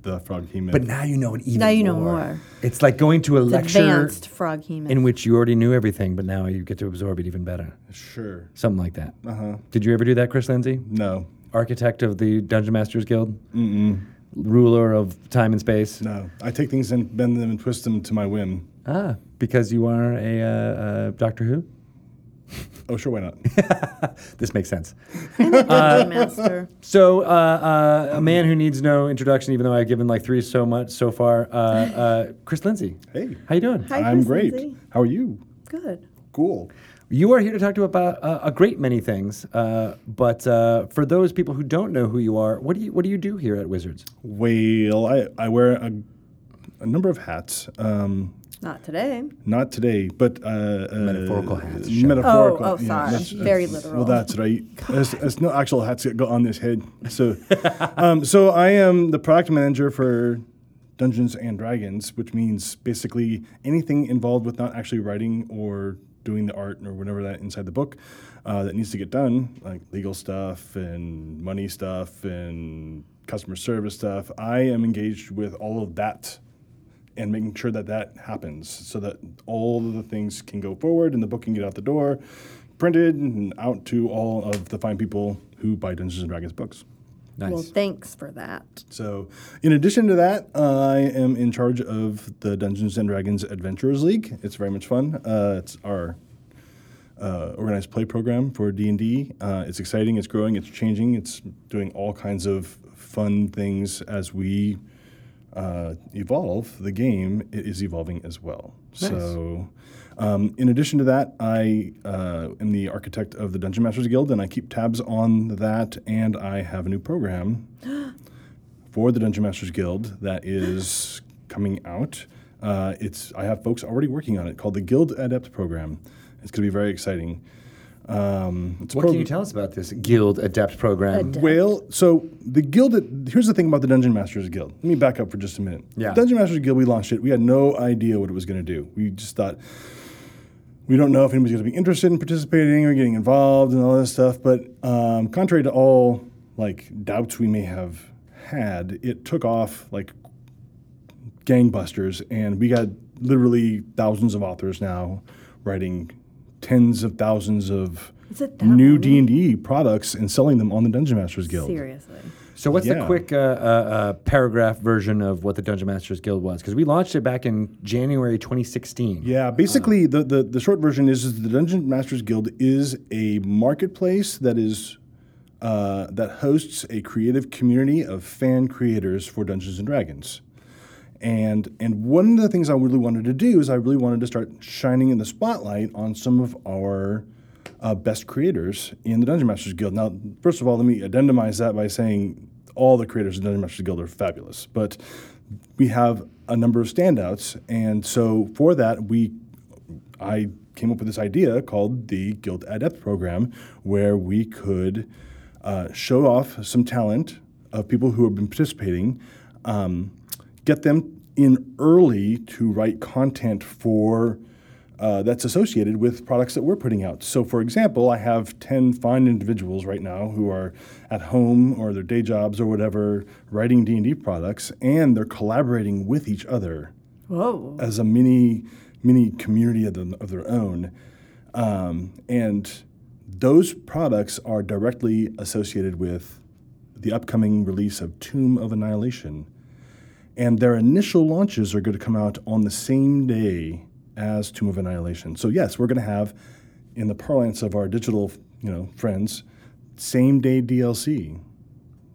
S3: the frog hemoth.
S1: but now you know it even
S2: Now you know
S1: more.
S2: more.
S1: It's like going to a
S2: It's
S1: lecture
S2: advanced frog human?
S1: in which you already knew everything, but now you get to absorb it even better.
S3: sure.
S1: Something like that. Uh-huh. Did you ever do that, Chris Lindsay?
S3: No.
S1: Architect of the Dungeon Masters Guild? Mm-mm. Ruler of time and space?
S3: No. I take things and bend them and twist them to my whim.
S1: Ah, because you are a uh, uh, Doctor Who?
S3: Oh, sure,
S1: *laughs*
S3: why not?
S1: This makes sense. Uh,
S2: Dungeon master.
S1: So, uh, uh, a man who needs no introduction, even though I've given like three so much so far, uh, uh, Chris Lindsay.
S3: Hey.
S1: How you doing?
S2: Hi,
S3: I'm
S2: Chris
S3: great.
S2: Lindsay.
S3: How are you?
S2: Good.
S3: Cool.
S1: You are here to talk to about uh, a great many things, uh, but uh, for those people who don't know who you are, what do you what do you do here at Wizards?
S3: Well, I, I wear a, a number of hats. Um,
S2: Not today.
S3: not today, but uh, uh,
S1: Metaphorical hats, Sharon.
S3: Metaphorical.
S2: Oh, oh, sorry.
S3: that's-
S2: Very
S3: that's-
S2: literal.
S3: Well, that's right. There's, there's no actual hats that go on this head.
S2: *laughs*
S3: So, um, so I am the product manager for Dungeons and Dragons, which means basically anything involved with not actually writing or doing the art or whatever that inside the book uh, that needs to get done, like legal stuff and money stuff and customer service stuff. I am engaged with all of that and making sure that that happens so that all of the things can go forward and the book can get out the door, printed and out to all of the fine people who buy Dungeons and Dragons books.
S1: Nice.
S2: Well, thanks for that.
S3: So, in addition to that, I am in charge of the Dungeons and Dragons Adventurers League. It's very much fun. Uh, it's our uh, organized play program for D and D. Uh, It's exciting. It's growing. It's changing. It's doing all kinds of fun things as we uh, evolve. The game i- is evolving as well. So. Um, in addition to that, I uh, am the architect of the Dungeon Masters Guild, and I keep tabs on that. And I have a new
S1: *gasps*
S3: program for the Dungeon Masters Guild that is coming out. Uh, it's I have folks already working on it called the Guild Adept Program. It's going to be very exciting. Um, it's a
S1: What
S3: prog-
S1: can you tell us about this Guild Adept program?
S2: Adept.
S3: well, so the guild. Here's the thing about the Dungeon Masters Guild. Let me back up for just a minute.
S1: Yeah.
S3: Dungeon Masters Guild. We launched it. We had no idea what it was going to do. We just thought we don't know if anybody's going to be interested in participating or getting involved and all this stuff. But um, contrary to all like doubts we may have had, it took off like gangbusters, and we got literally thousands of authors now writing tens of thousands of
S2: Is it that
S3: new
S2: many?
S3: D and D products and selling them on the Dungeon Masters Guild.
S2: Seriously.
S1: so, what's the
S3: yeah.
S1: quick uh, uh, uh, paragraph version of what the Dungeon Masters Guild was? Because we launched it back in January 2016.
S3: Yeah, basically, the, the, the short version is, is the Dungeon Masters Guild is a marketplace that is uh, that hosts a creative community of fan creators for Dungeons and Dragons, And and one of the things I really wanted to do is I really wanted to start shining in the spotlight on some of our uh, best creators in the Dungeon Masters Guild. Now, first of all, let me addendamize that by saying all the creators in the Dungeon Masters Guild are fabulous, but we have a number of standouts, and so for that we I came up with this idea called the Guild Adept Program, where we could uh, show off some talent of people who have been participating, um, get them in early to write content for. Uh, that's associated with products that we're putting out. So, for example, I have 10 fine individuals right now who are at home or their day jobs or whatever writing D&D products and they're collaborating with each other
S2: Whoa.
S3: as a mini mini community of, them, of their own, um, and those products are directly associated with the upcoming release of Tomb of Annihilation, and their initial launches are going to come out on the same day as Tomb of Annihilation. So yes, we're going to have, in the parlance of our digital you know friends, same day DLC,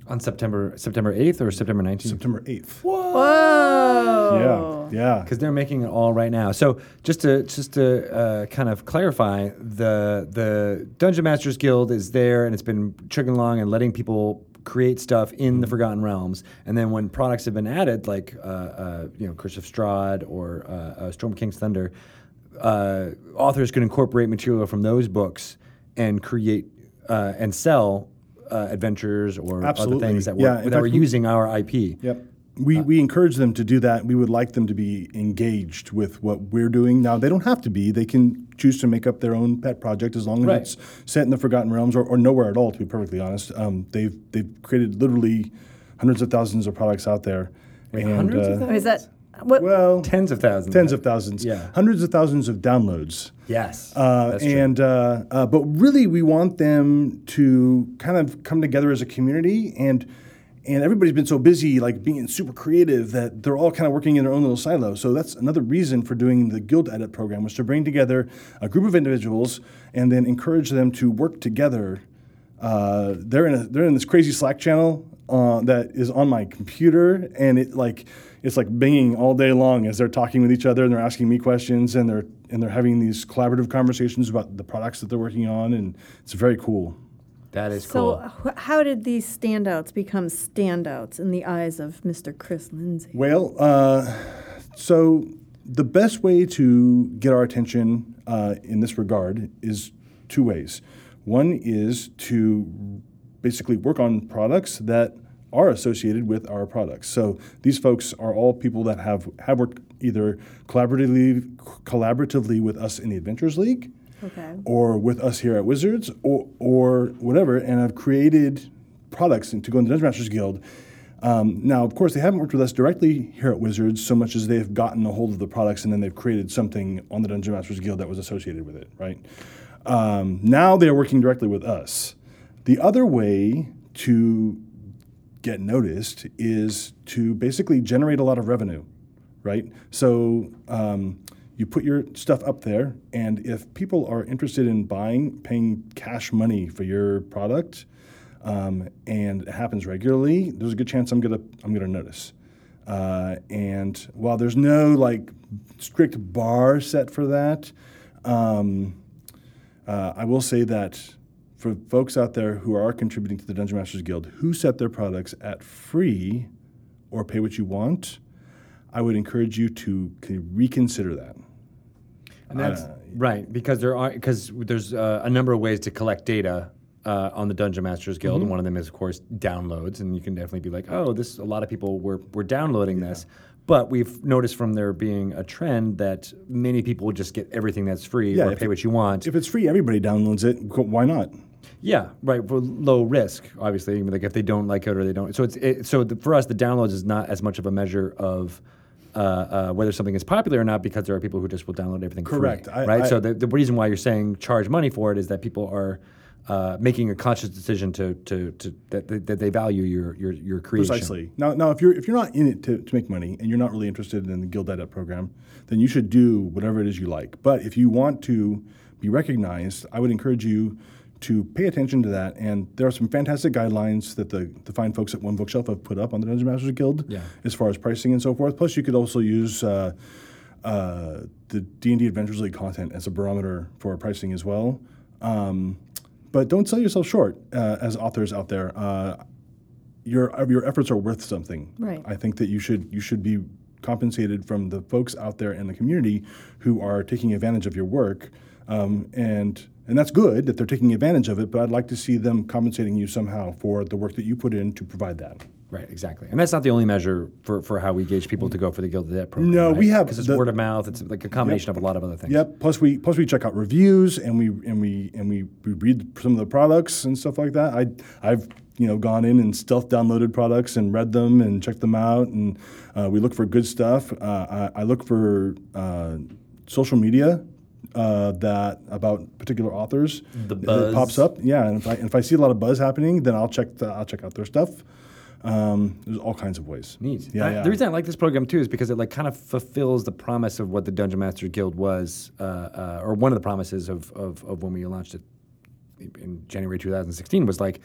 S1: on September September 8th or September 19th?
S3: September eighth.
S2: Whoa.
S3: Yeah, yeah.
S1: Because they're making it all right now. So just to just to uh, kind of clarify, the the Dungeon Masters Guild is there and it's been chugging along and letting people create stuff in the
S3: Mm.
S1: Forgotten Realms. And then when products have been added, like uh, uh, you know Curse of Strahd or uh, uh, Storm King's Thunder, uh, authors can incorporate material from those books and create uh, and sell. Uh, adventures or
S3: Absolutely.
S1: other things that
S3: Yeah,
S1: we're,
S3: in
S1: that
S3: fact,
S1: we're
S3: we-
S1: using our IP.
S3: Yep. We,
S1: Uh,
S3: we encourage them to do that. We would like them to be engaged with what we're doing. Now, they don't have to be. They can choose to make up their own pet project as long as
S1: Right.
S3: it's set in the Forgotten Realms or, or nowhere at all, to be perfectly honest. Um, they've, they've created literally hundreds of thousands of products out there. and, uh,
S1: hundreds of
S2: Is that what?
S3: Well,
S1: Tens of thousands.
S3: tens of thousands.
S1: Yeah.
S3: Hundreds of thousands of downloads.
S1: Yes.
S3: Uh,
S1: that's true.
S3: and uh, uh, but really, we want them to kind of come together as a community, and and everybody's been so busy, like being super creative, that they're all kind of working in their own little silo. So that's another reason for doing the Guild Edit program was to bring together a group of individuals and then encourage them to work together. Uh, they're in a, they're in this crazy Slack channel uh, that is on my computer, and it like it's like binging all day long as they're talking with each other and they're asking me questions and they're and they're having these collaborative conversations about the products that they're working on, and it's very cool.
S1: that is cool.
S2: so, wh- how did these standouts become standouts in the eyes of Mr. Chris Lindsay?
S3: Well, uh, so the best way to get our attention uh, in this regard is two ways. One is to basically work on products that are associated with our products. So these folks are all people that have, have worked either collaboratively collaboratively with us in the Adventures League
S2: Okay.
S3: or with us here at Wizards or, or whatever, and have created products to go into the Dungeon Masters Guild. Um, now, of course, they haven't worked with us directly here at Wizards so much as they've gotten a hold of the products and then they've created something on the Dungeon Masters Guild that was associated with it, right? Um, now they are working directly with us. The other way to get noticed is to basically generate a lot of revenue, right? So um, you put your stuff up there, and if people are interested in buying, paying cash money for your product, um, and it happens regularly, there's a good chance I'm gonna I'm gonna notice. Uh, and while there's no like strict bar set for that, um, uh, I will say that for folks out there who are contributing to the Dungeon Masters Guild who set their products at free or pay what you want, I would encourage you to c- reconsider that. Uh,
S1: And that's right because there are because there's uh, a number of ways to collect data uh, on the Dungeon Masters Guild, and one of them is of course downloads, and you can definitely be like, oh, this a lot of people were were downloading this, but we've noticed from there being a trend that many people just get everything that's free
S3: Yeah,
S1: or
S3: if
S1: pay
S3: it-
S1: what you want.
S3: If it's free, everybody downloads it. Go- Why not?
S1: yeah, right for low risk, obviously. I mean, Like if they don't like it or they don't, so it's it, so the, for us the downloads is not as much of a measure of. Uh, uh, whether something is popular or not, because there are people who just will download everything free,
S3: Correct. I-
S1: right?
S3: I-
S1: so the, the reason why you're saying charge money for it is that people are uh, making a conscious decision to to, to that, that that they value your your your creation.
S3: Precisely. Now, now, if you're if you're not in it to, to make money and you're not really interested in the Guild Ed Up program, then you should do whatever it is you like. But if you want to be recognized, I would encourage you to pay attention to that. And there are some fantastic guidelines that the, the fine folks at One Bookshelf have put up on the Dungeon Masters Guild
S1: Yeah.
S3: as far as pricing and so forth. Plus, you could also use uh, uh, the D&D Adventures League content as a barometer for pricing as well. Um, but don't sell yourself short uh, as authors out there. Uh, your uh, your efforts are worth something.
S2: Right.
S3: I think that you should you should be compensated from the folks out there in the community who are taking advantage of your work, um, and and that's good that they're taking advantage of it. But I'd like to see them compensating you somehow for the work that you put in to provide that.
S1: Right, exactly. And that's not the only measure for, for how we gauge people to go for the Guild of the Dead program.
S3: No, we have
S1: because it's
S3: the-
S1: word of mouth. It's like a combination of a lot of other things.
S3: Yep. Plus we plus we check out reviews and we and we and we, we read some of the products and stuff like that. I I've you know gone in and stealth downloaded products and read them and checked them out and uh, we look for good stuff. Uh, I, I look for uh, social media. Uh, that about particular authors
S5: The
S3: that pops
S5: buzz.
S3: up, yeah. And if I and if I see a lot of buzz happening, then I'll check the, I'll check out their stuff. Um, there's all kinds of ways.
S1: Neat.
S3: Yeah,
S1: I-
S3: yeah.
S1: The reason I like this program too is because it like kind of fulfills the promise of what the Dungeon Master Guild was, uh, uh, or one of the promises of, of of when we launched it in January 2016 was like,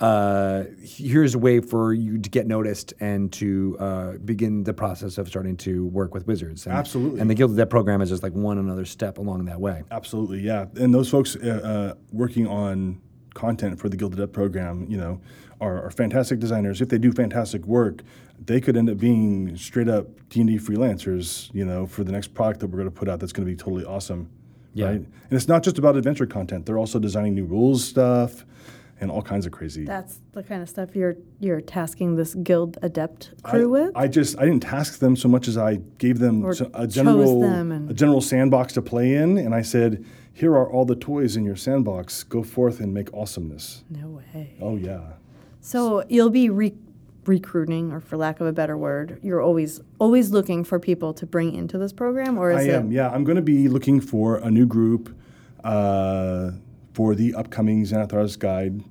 S1: uh, here's a way for you to get noticed and to uh, begin the process of starting to work with wizards. And,
S3: Absolutely.
S1: And the Guild of the Dead program is just like one another step along that way.
S3: Absolutely, yeah. And those folks uh, uh, working on content for the Gilded Up program, you know, are, are fantastic designers. If they do fantastic work, they could end up being straight up D and D freelancers, you know, for the next product that we're going to put out. That's going to be totally awesome,
S1: Yeah.
S3: right? And it's not just about adventure content. They're also designing new rules stuff and all kinds of crazy.
S2: That's the kind of stuff you're you're tasking this guild adept
S3: I-
S2: crew with.
S3: I just I didn't task them so much as I gave them
S2: Or
S3: so- a
S2: chose
S3: general
S2: them and-
S3: a general sandbox to play in, and I said, "Here are all the toys in your sandbox. Go forth and make awesomeness."
S2: no way.
S3: Oh yeah,
S2: So you'll be re- recruiting, or for lack of a better word, you're always always looking for people to bring into this program, or
S3: I
S2: is
S3: am.
S2: it?
S3: Yeah, I'm going to be looking for a new group uh, for the upcoming Xanathar's Guide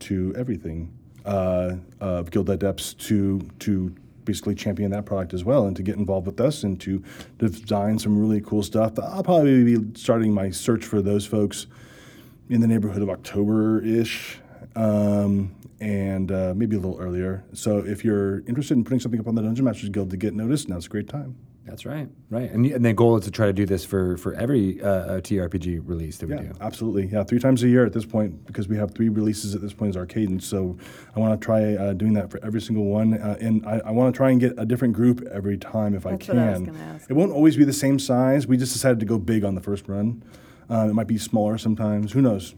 S3: to Everything uh, of Guild Adepts to to basically champion that product as well and to get involved with us and to design some really cool stuff. I'll probably be starting my search for those folks in the neighborhood of October ish, um, and uh, maybe a little earlier. So if you're interested in putting something up on the Dungeon Masters Guild to get noticed, now's a great time.
S1: That's right, right. And, and the goal is to try to do this for for every uh, uh, TRPG release that we
S3: Yeah,
S1: do.
S3: absolutely. Yeah, three times a year at this point because we have three releases at this point is our cadence. So I want to try uh, doing that for every single one, uh, and I, I want to try and get a different group every time if
S2: That's
S3: I
S2: what
S3: can.
S2: I was gonna ask.
S3: It won't always be the same size. We just decided to go big on the first run. Um, it might be smaller sometimes. Who knows?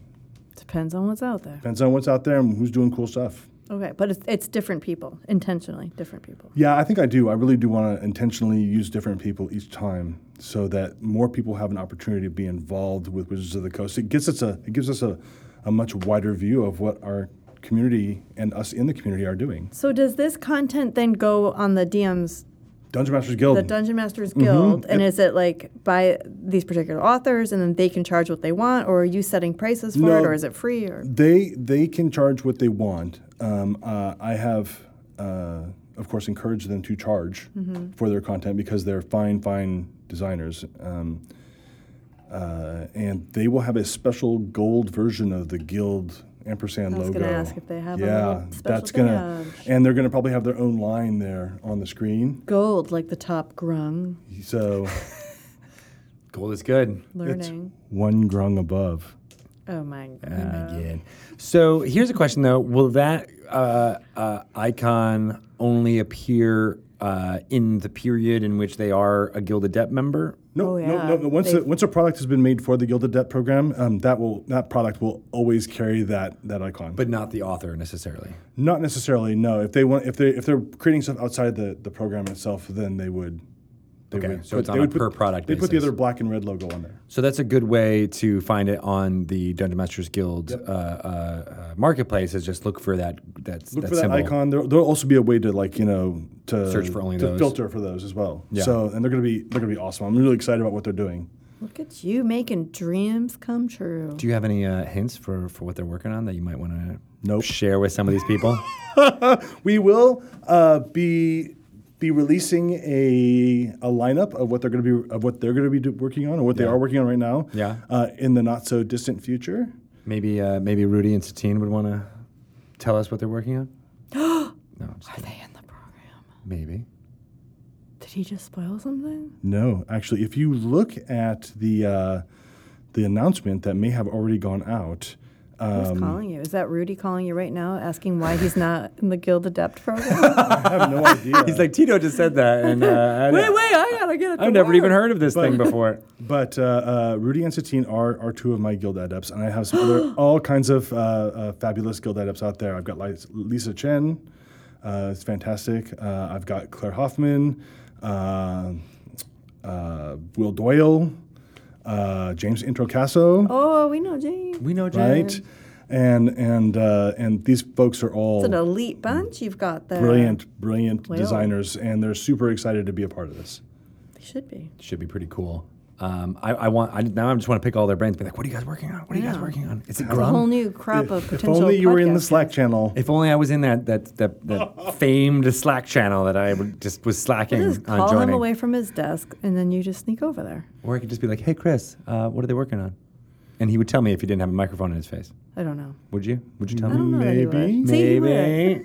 S2: Depends on what's out there.
S3: Depends on what's out there and who's doing cool stuff.
S2: Okay, but it's, it's different people intentionally, different people.
S3: Yeah, I think I do. I really do want to intentionally use different people each time so that more people have an opportunity to be involved with Wizards of the Coast. It gives us a it gives us a, a much wider view of what our community and us in the community are doing.
S2: So does this content then go on the DM's
S3: Dungeon Masters Guild.
S2: the Dungeon Masters Guild, and is it like by these particular authors, and then they can charge what they want, or are you setting prices for
S3: No.
S2: it, or is it free, or
S3: they they can charge what they want. Um, uh, I have, uh, of course, encouraged them to charge
S2: Mm-hmm.
S3: for their content because they're fine, fine designers. Um, uh, and they will have a special gold version of the guild ampersand
S2: I was
S3: logo.
S2: gonna ask if they have a
S3: yeah,
S2: little special
S3: that's
S2: thing
S3: gonna,
S2: of-
S3: and they're gonna probably have their own line there on the screen.
S2: gold like the top grung
S3: So *laughs*
S1: Goal is good.
S2: learning?
S3: one grung above.
S2: Oh my god!
S1: Again. So here's a question though: Will that uh, uh, icon only appear uh, in the period in which they are a Guild Adept member?
S3: No,
S2: Oh,
S3: no,
S2: yeah.
S3: no, no. Once a,
S2: They've-
S3: once a product has been made for the Gilded Debt program, um, that will that product will always carry that that icon.
S1: But not the author necessarily.
S3: not necessarily. No, if they want if they if they're creating stuff outside the, the program itself, then they would. They
S1: Okay,
S3: would
S1: so it's on
S3: they
S1: a
S3: would
S1: per product
S3: They put the
S1: basis.
S3: other black and red logo on there.
S1: So that's a good way to find it on the Dungeon Masters Guild uh, uh, uh, marketplace. Is just look for that that,
S3: Look
S1: that
S3: for that
S1: symbol.
S3: icon. There, there'll also be a way to like you know to
S1: Search for only
S3: to
S1: those.
S3: filter for those as well.
S1: Yeah.
S3: So and they're gonna be they're gonna be awesome. I'm really excited about what they're doing.
S2: Look at you making dreams come true.
S1: Do you have any uh, hints for, for what they're working on that you might want to
S3: Nope.
S1: share with some of these
S3: *laughs*
S1: people?
S3: We will uh, be be releasing a, a lineup of what they're going to be of what they're going to be do, working on or what they are working on right now.
S1: Yeah.
S3: Uh, in the not so distant future,
S1: Maybe uh, maybe Rudy and Satine would want to tell us what they're working
S3: *gasps*
S1: on. no, just
S2: Are they in the program?
S1: maybe.
S2: Did he just spoil something?
S3: No, actually, if you look at the uh, the announcement that may have already gone out, uh, Um,
S2: Who's calling you? Is that Rudy calling you right now, asking why he's not in the Guild Adept program?
S3: I have no idea.
S1: He's like Tito just said that, and uh, I,
S2: wait, wait, I gotta get it.
S1: I've never even heard of this thing before.
S3: But uh, uh, Rudy and Satine are, are two of my guild adepts, and I have some
S2: *gasps*
S3: other all kinds of uh, uh, fabulous guild adepts out there. I've got Lis- Lisa Chen, uh, it's fantastic. Uh, I've got Claire Hoffman, uh, uh, Will Doyle, uh, James Introcasso,
S2: Oh, *laughs* we know James.
S1: We know, Jay.
S3: right? And and uh, and these folks are all
S2: It's an elite bunch you've got there.
S3: brilliant, brilliant
S2: Will.
S3: designers, and they're super excited to be a part of this.
S2: They should be.
S1: Should be pretty cool. Um, I, I want I, now. I just want to pick all their brains. Be like, what are you guys working on? What are you guys working on? Is it
S2: A whole
S1: Grum?
S2: new crop of
S3: If
S2: potential.
S3: only you were in the
S2: podcasters.
S3: Slack channel.
S1: If only I was in that that that,
S2: *laughs*
S1: that famed Slack channel that I would- just was slacking
S2: Just
S1: on
S2: call
S1: joining.
S2: him away from his desk, and then you just sneak over there.
S1: Or I could just be like, hey Chris, uh, what are they working on? And he would tell me if he didn't have a microphone in his face.
S2: I don't know.
S1: Would you? Would you tell
S2: I don't
S1: me?
S2: know. that he
S3: Maybe.
S2: would.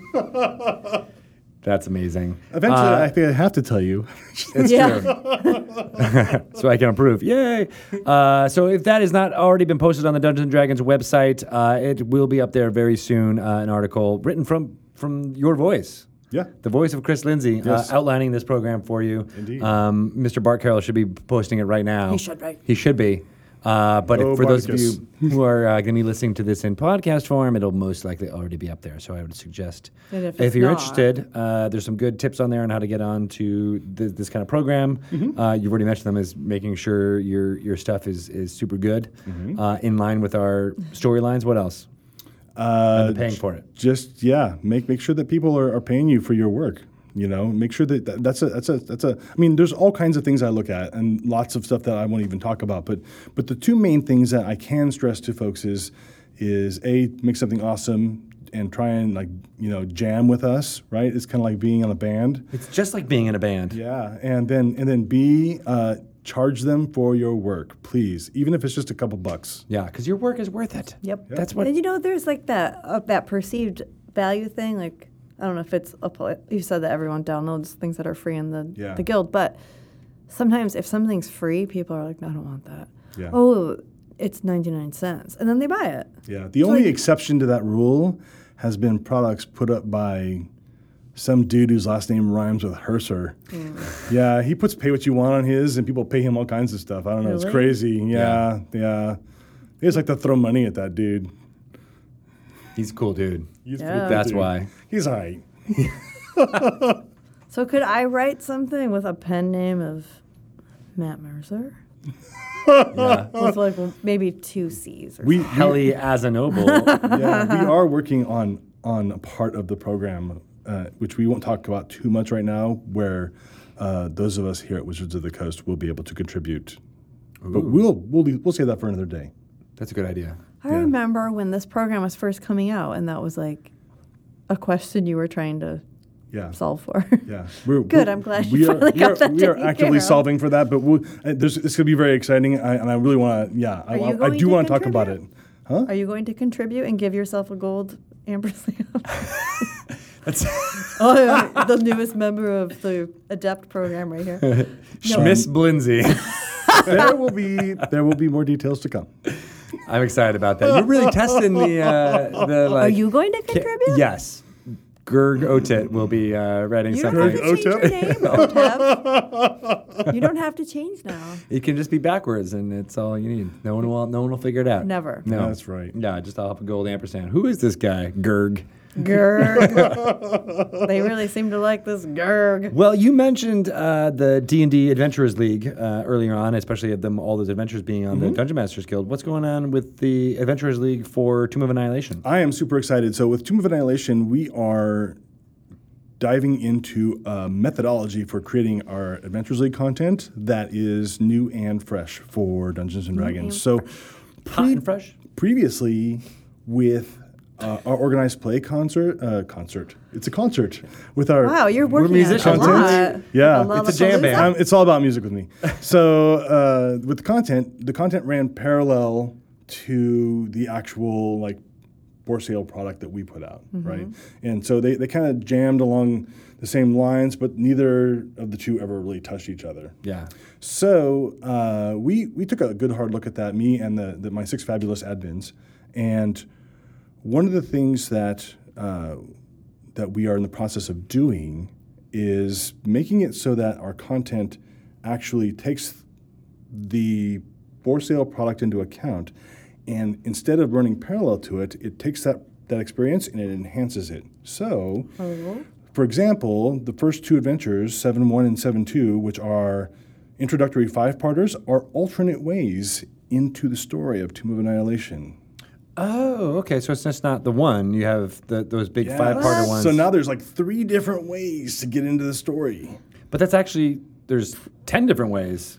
S2: See, he would. *laughs*
S1: That's amazing.
S3: Eventually,
S1: Uh,
S3: I think I have to tell you. *laughs*
S2: *laughs* yeah.
S1: *laughs* so I can approve. Yay! Uh, so if that has not already been posted on the Dungeons and Dragons website, uh, it will be up there very soon. Uh, an article written from from your voice.
S3: Yeah.
S1: The voice of Chris Lindsay
S3: Yes.
S1: uh, outlining this program for you.
S3: Indeed.
S1: Um, Mr. Bart Carroll should be posting it right now.
S2: He should, right?
S1: He should be. Uh, but
S3: Go
S1: if- for those of
S3: Barkus.
S1: you who are uh, going to be listening to this in podcast form, it'll most likely already be up there. So I would suggest
S2: And if
S1: if
S2: it's
S1: you're
S2: not-
S1: interested, uh, there's some good tips on there on how to get on to th- this kind of program.
S2: Mm-hmm.
S1: Uh, you've already mentioned them as making sure your your stuff is is super good,
S2: Mm-hmm.
S1: uh, in line with our storylines. What else?
S3: Uh,
S1: the paying for it.
S3: Just yeah, make make sure that people are, are paying you for your work. You know, make sure that, that that's a that's a that's a. I mean, there's all kinds of things I look at, and lots of stuff that I won't even talk about. But but the two main things that I can stress to folks is is a make something awesome and try and like you know jam with us. Right? It's kind of like being on a band.
S1: It's just like being in a band.
S3: Yeah, and then and then B, uh, charge them for your work, please, even if it's just a couple bucks.
S1: Yeah, because your work is worth it.
S2: Yep. Yep.
S1: That's what.
S2: And you know, there's like that uh, that perceived value thing. Like I don't know if it's a, you said that everyone downloads things that are free in the
S3: Yeah.
S2: the guild, but sometimes if something's free, people are like, no, I don't want that.
S3: Yeah.
S2: Oh, it's ninety nine cents, and then they buy it.
S3: Yeah. The only
S2: like-
S3: exception to that rule has been products put up by some dude whose last name rhymes with Herser. Yeah, he puts pay what you want on his, and people pay him all kinds of stuff. I don't know. It's
S2: Really?
S3: crazy. Yeah, yeah. They just like to throw money at that dude.
S1: He's a cool, dude.
S3: He's a
S2: Yeah.
S3: pretty cool
S1: That's
S3: dude.
S1: why.
S3: He's all right.
S2: So could I write something with a pen name of Matt
S3: *laughs*
S2: Mercer? *laughs* With like maybe two C's or
S3: We, we
S1: Helly as a noble.
S2: *laughs*
S3: yeah, we are working on on a part of the program, uh, which we won't talk about too much right now, where uh, those of us here at Wizards of the Coast will be able to contribute. But we'll we'll leave- we'll save that for another day.
S1: That's a good idea.
S2: I remember when this program was first coming out, and that was like a question you were trying to
S3: Yeah.
S2: solve for. *laughs*
S3: Yeah, we're,
S2: Good,
S3: we're-
S2: I'm glad you
S3: we are,
S2: finally
S3: we
S2: got
S3: are,
S2: that
S3: We are
S2: taken
S3: actively
S2: care of.
S3: solving for that, but we'll, uh, there's, it's going to be very exciting, I, and I really want to. Yeah, I,
S2: Are you
S3: I, I
S2: going
S3: do
S2: to
S3: want to talk about it.
S2: contribute? Are you going to contribute and give yourself a gold
S3: *laughs*
S2: ampersand?
S1: *laughs*
S2: oh, yeah, the newest member of the Adept program right
S3: *laughs*
S2: here.
S1: Schmiss Blinzy. *laughs*
S3: there will be there will be more details to come.
S1: I'm excited about that. You're really testing the uh, the like.
S2: Are you going to
S1: ca-
S2: contribute?
S1: Yes. Gerg Otit will be uh, writing
S2: You don't have
S1: something.
S2: to change your
S3: Otep?
S2: name,
S3: Oh,
S2: Otep.
S3: *laughs*
S2: You don't have to change now.
S1: It can just be backwards, and it's all you need. No one will. No one will figure it out.
S2: Never.
S1: No,
S3: That's right.
S1: Yeah, just I'll have a gold ampersand. Who is this guy, Gerg?
S2: Gerg. *laughs* they really seem to like this Gerg.
S1: Well, you mentioned uh, the D and D Adventurers League uh, earlier on, especially of them all those adventures being on the
S3: Mm-hmm.
S1: Dungeon Masters Guild. What's going on with the Adventurers League for Tomb of Annihilation?
S3: I am super excited. So with Tomb of Annihilation, we are diving into a methodology for creating our Adventures League content that is new and fresh for Dungeons and Dragons. So
S1: Hot and fresh.
S3: previously with uh, our organized play concert, uh, concert. It's a concert with our
S2: Wow, you're working on it
S1: musicians.
S2: a lot.
S3: Yeah.
S2: Like
S1: It's a jam
S2: Lollapalooza?
S1: band.
S3: Um, it's all about music with me. So uh, with the content, the content ran parallel to the actual like for sale product that we put out,
S2: Mm-hmm.
S3: right? And so they, they kind of jammed along the same lines, but neither of the two ever really touched each other.
S1: Yeah.
S3: So uh, we we took a good hard look at that. Me and the, the my six fabulous admins, and one of the things that uh, that we are in the process of doing is making it so that our content actually takes the for sale product into account, and instead of running parallel to it, it takes that that experience and it enhances it. So. For example, the first two adventures, 7 1 and 7 2, which are introductory five parters, are alternate ways into the story of Tomb of Annihilation.
S1: Oh, okay. So it's just not the one. You have the, those big five-parter ones.
S3: So now there's like three different ways to get into the story.
S1: But that's actually there's ten different ways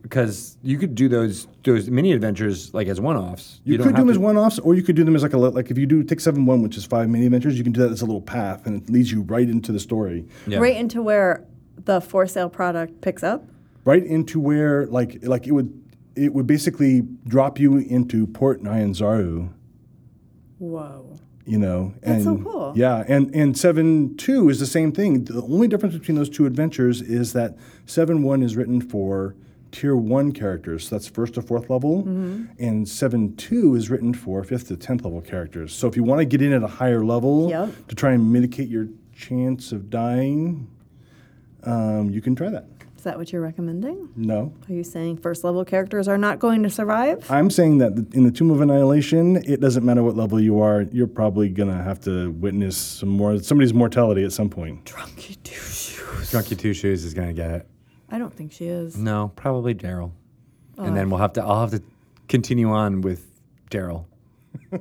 S1: because you could do those those mini adventures like as one-offs.
S3: You,
S1: don't
S3: could do
S1: have
S3: them as
S1: to-
S3: one offs, or you could do them as like a li- like if you do take seven one, which is five mini adventures, you can do that as a little path, and it leads you right into the story,
S1: Yeah.
S2: Right into where the for sale product picks up.
S3: right into where like like it would it would basically drop you into Port Nyanzaru.
S2: Whoa.
S3: you know
S2: That's
S3: and
S2: so cool.
S3: yeah and and 7 2 is the same thing the only difference between those two adventures is that 7 1 is written for tier 1 characters so that's first to fourth level
S2: Mm-hmm.
S3: and 7 2 is written for fifth to 10th level characters so if you want to get in at a higher level
S2: Yep.
S3: to try and mitigate your chance of dying um, you can try that
S2: Is that what you're recommending?
S3: no
S2: Are you saying first level characters are not going to survive?
S3: I'm saying that in the Tomb of Annihilation, it doesn't matter what level you are, you're probably gonna have to witness some more somebody's mortality at some point.
S2: Drunky douche.
S1: Drunky Two Shoes is gonna get it.
S2: I don't think she is.
S1: No, probably Daryl.
S2: Oh.
S1: And then we'll have to. I'll have to continue on with Daryl.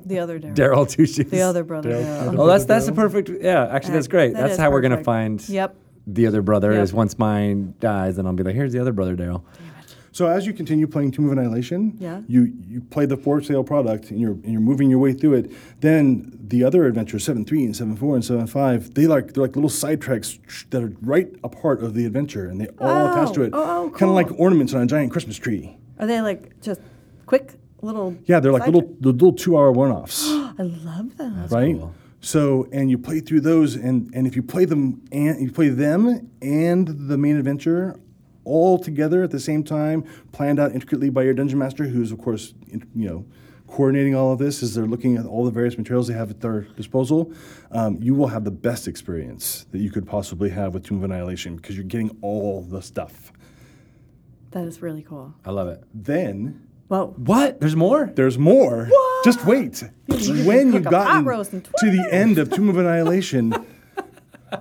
S2: The other Daryl.
S1: Daryl Two Shoes.
S2: The other brother. Daryl.
S1: Oh, that's that's a perfect. Yeah, actually, that's great.
S2: That
S1: that's
S2: is
S1: how we're gonna
S2: perfect.
S1: find.
S2: Yep.
S1: The other brother
S2: Yep.
S1: is once mine dies, then I'll be like, here's the other brother, Daryl.
S3: So as you continue playing Tomb of Annihilation,
S2: Yeah.
S3: you you play the for sale product and you're and you're moving your way through it. Then the other adventures, seven three and seven four and seven five, they like they're like little sidetracks that are right a part of the adventure and they all attach to
S2: Oh,
S3: it,
S2: oh, oh,
S3: kind
S2: cool.
S3: of like ornaments on a giant Christmas tree.
S2: Are they like just quick little?
S3: Yeah, they're like
S2: side
S3: little the little two hour one offs.
S2: tra- I love them.
S3: right?
S1: cool.
S3: So, and you play through those, and and if you play them and you play them and the main adventure all together at the same time, planned out intricately by your dungeon master, who's of course in- you know coordinating all of this as they're looking at all the various materials they have at their disposal, um, you will have the best experience that you could possibly have with Tomb of Annihilation because you're getting all the stuff.
S2: That is really cool.
S1: I love it.
S3: Then
S2: Whoa.
S1: What? There's more?
S3: there's more. Just wait. when
S2: cook
S3: you've
S2: a pot
S3: gotten
S2: roast in
S3: to the end of Tomb of
S2: *laughs*
S3: Annihilation, you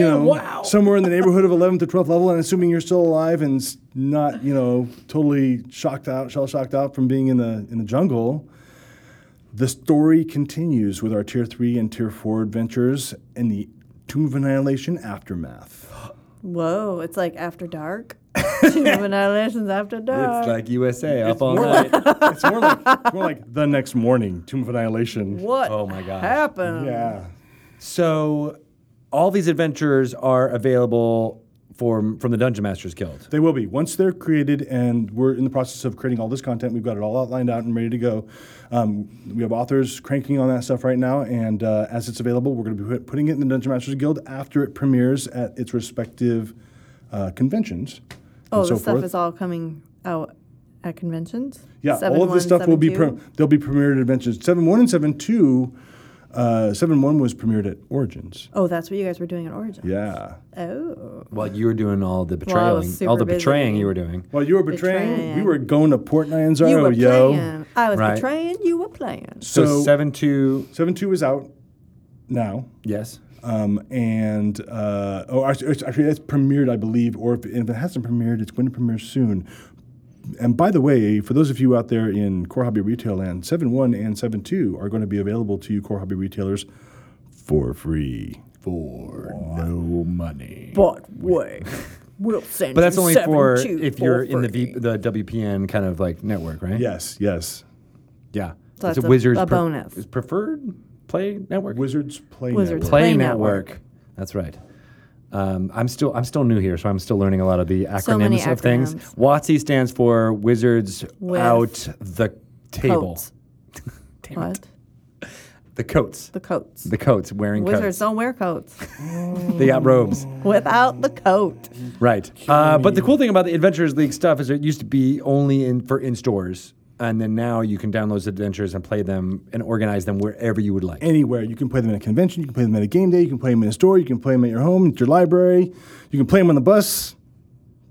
S1: Yeah,
S3: know, somewhere in the neighborhood of 11th to 12th level, and assuming you're still alive and s- not, you know, totally shocked out, shell shocked out from being in the in the jungle, the story continues with our tier three and tier four adventures in the Tomb of Annihilation aftermath.
S2: Whoa. It's like
S1: *laughs*
S2: after dark. Tomb of Annihilation's after dark.
S1: It's like USA up all
S3: more
S1: night.
S3: It's more like it's more like the next morning, Tomb of Annihilation.
S2: what?
S1: Oh my gosh.
S2: Happened.
S3: Yeah.
S1: So, all these adventures are available for from the Dungeon Masters Guild.
S3: They will be once they're created, and we're in the process of creating all this content. We've got it all outlined out and ready to go. Um, we have authors cranking on that stuff right now, and uh, as it's available, we're going to be put- putting it in the Dungeon Masters Guild after it premieres at its respective uh, conventions.
S2: Oh,
S3: and
S2: this
S3: so
S2: stuff
S3: forth.
S2: is all coming out at conventions.
S3: Yeah,
S2: Seven,
S3: all of
S2: one,
S3: this stuff will be
S2: seven,
S3: pre- they'll be premiered at conventions. Seven one and seven two. Uh, seven one was premiered at Origins.
S2: two? Oh, that's what you guys were doing at Origin.
S3: Yeah.
S2: Oh.
S1: While you were doing all the betraying,
S2: Well, I was super
S1: all the
S2: busy.
S1: betraying you were doing.
S3: Well, you were betraying. We
S2: Betraying.
S3: were going to Port Nyanzaru,
S2: You were
S3: yo.
S2: playing. I was
S1: Right.
S2: betraying. You were playing.
S1: So,
S3: So-
S1: seven two.
S3: Seven two is out now.
S1: Yes.
S3: Um, and uh, oh, actually, it's- actually, it's premiered, I believe, or if, if it hasn't premiered, it's going to premiere soon. And by the way, for those of you out there in Core Hobby Retail Land, 7.1 and 7.2 are going to be available to you Core Hobby retailers for free. For no money.
S2: *laughs* But wait, we'll send.
S1: But that's
S2: you
S1: only
S2: seven
S1: for
S2: two
S1: if you're
S2: for
S1: in the
S2: free.
S1: v, the WPN kind of like network, right?
S3: Yes, yes.
S1: Yeah.
S2: So
S1: it's
S2: that's
S1: a
S2: a-
S1: Wizards
S2: a bonus.
S1: is preferred play network.
S3: Wizards Play
S2: Wizards
S3: Network.
S1: Play,
S2: Play
S1: network.
S2: Network.
S1: That's right. Um, I'm still I'm still new here, so I'm still learning a lot of the acronyms,
S2: So many
S1: of things.
S2: acronyms.
S1: WOTC stands for Wizards
S2: With-
S1: Out the Table.
S2: Coats.
S1: *laughs* Damn it.
S2: What?
S1: The coats.
S2: The coats.
S1: The coats, wearing
S2: Wizards
S1: coats.
S2: don't wear coats
S1: They got robes.
S2: without the coat.
S1: Right. Uh, but the cool thing about the Adventures League stuff is it used to be only in for in stores, and then now you can download those adventures and play them and organize them wherever you would like.
S3: anywhere. You can play them at a convention, you can play them at a game day, you can play them in a store, you can play them at your home, at your library, you can play them on the bus.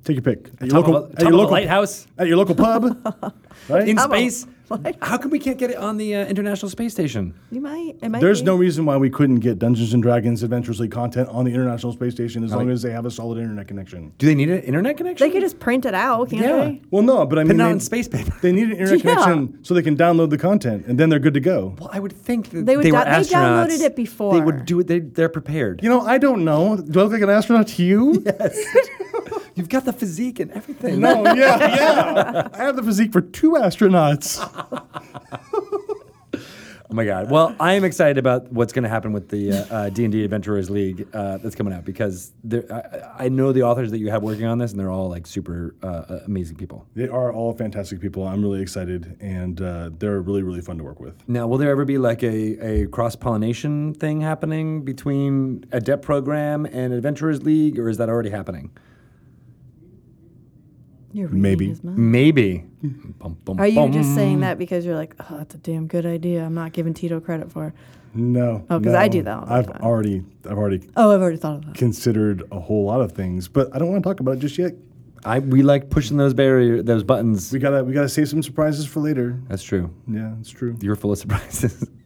S3: Take your pick. At your
S1: Top
S3: local,
S1: of a-
S3: at
S1: top
S3: your
S1: of a
S3: local-
S1: lighthouse.
S3: At your
S1: *laughs*
S3: local pub. right?
S1: in
S2: Come on.
S1: space.
S2: What?
S1: How come we can't get it on the uh, International Space Station?
S2: You might. It might
S3: There's
S2: be.
S3: no reason why we couldn't get Dungeons and Dragons Adventures League content on the International Space Station as long as they have a solid internet connection.
S1: Do they need an internet connection?
S2: They could just print it out, can't
S1: Yeah.
S2: they?
S3: Well, no, but I
S1: Put
S3: mean,
S1: it out
S3: they,
S1: in space paper.
S3: *laughs* they need
S1: *laughs*
S3: an internet
S2: Yeah.
S3: connection so they can download the content and then they're good to go.
S1: Well, I would think that
S2: They would
S1: were
S2: dou- they
S1: astronauts.
S2: downloaded it before.
S1: They would do it. They, they're prepared.
S2: *laughs*
S3: You know, I don't know. Do I look like an astronaut
S1: *laughs*
S3: to you?
S1: You've got the physique and everything.
S3: No,
S1: *laughs*
S3: yeah, yeah. I have the physique for two astronauts.
S1: Oh my god! Well, I am excited about what's going to happen with the uh, D and D Adventurers League uh, that's coming out because there- I, I know the authors that you have working on this, and they're all like super uh, uh, amazing people.
S3: They are all fantastic people. I'm really excited, and uh, they're really, really fun to work with.
S1: Now, will there ever be like a, a cross pollination thing happening between Adept Program and Adventurers League, or is that already happening?
S2: You're reading
S3: Maybe.
S2: his mind.
S1: Maybe. Bum, bum,
S2: Are you
S1: bum.
S2: just saying that because you're like, oh, that's a damn good idea? I'm not giving Tito credit for.
S3: No,
S2: Oh, 'cause
S3: no.
S2: I do that all the
S3: I've
S2: time.
S3: already, I've already
S2: Oh, I've already thought of that.
S3: considered a whole lot of things, but I don't want to talk about it just yet.
S1: I we like pushing those barrier those buttons.
S3: We gotta, we gotta save some surprises for later.
S1: that's true.
S3: Yeah, it's true.
S1: You're full of surprises. *laughs*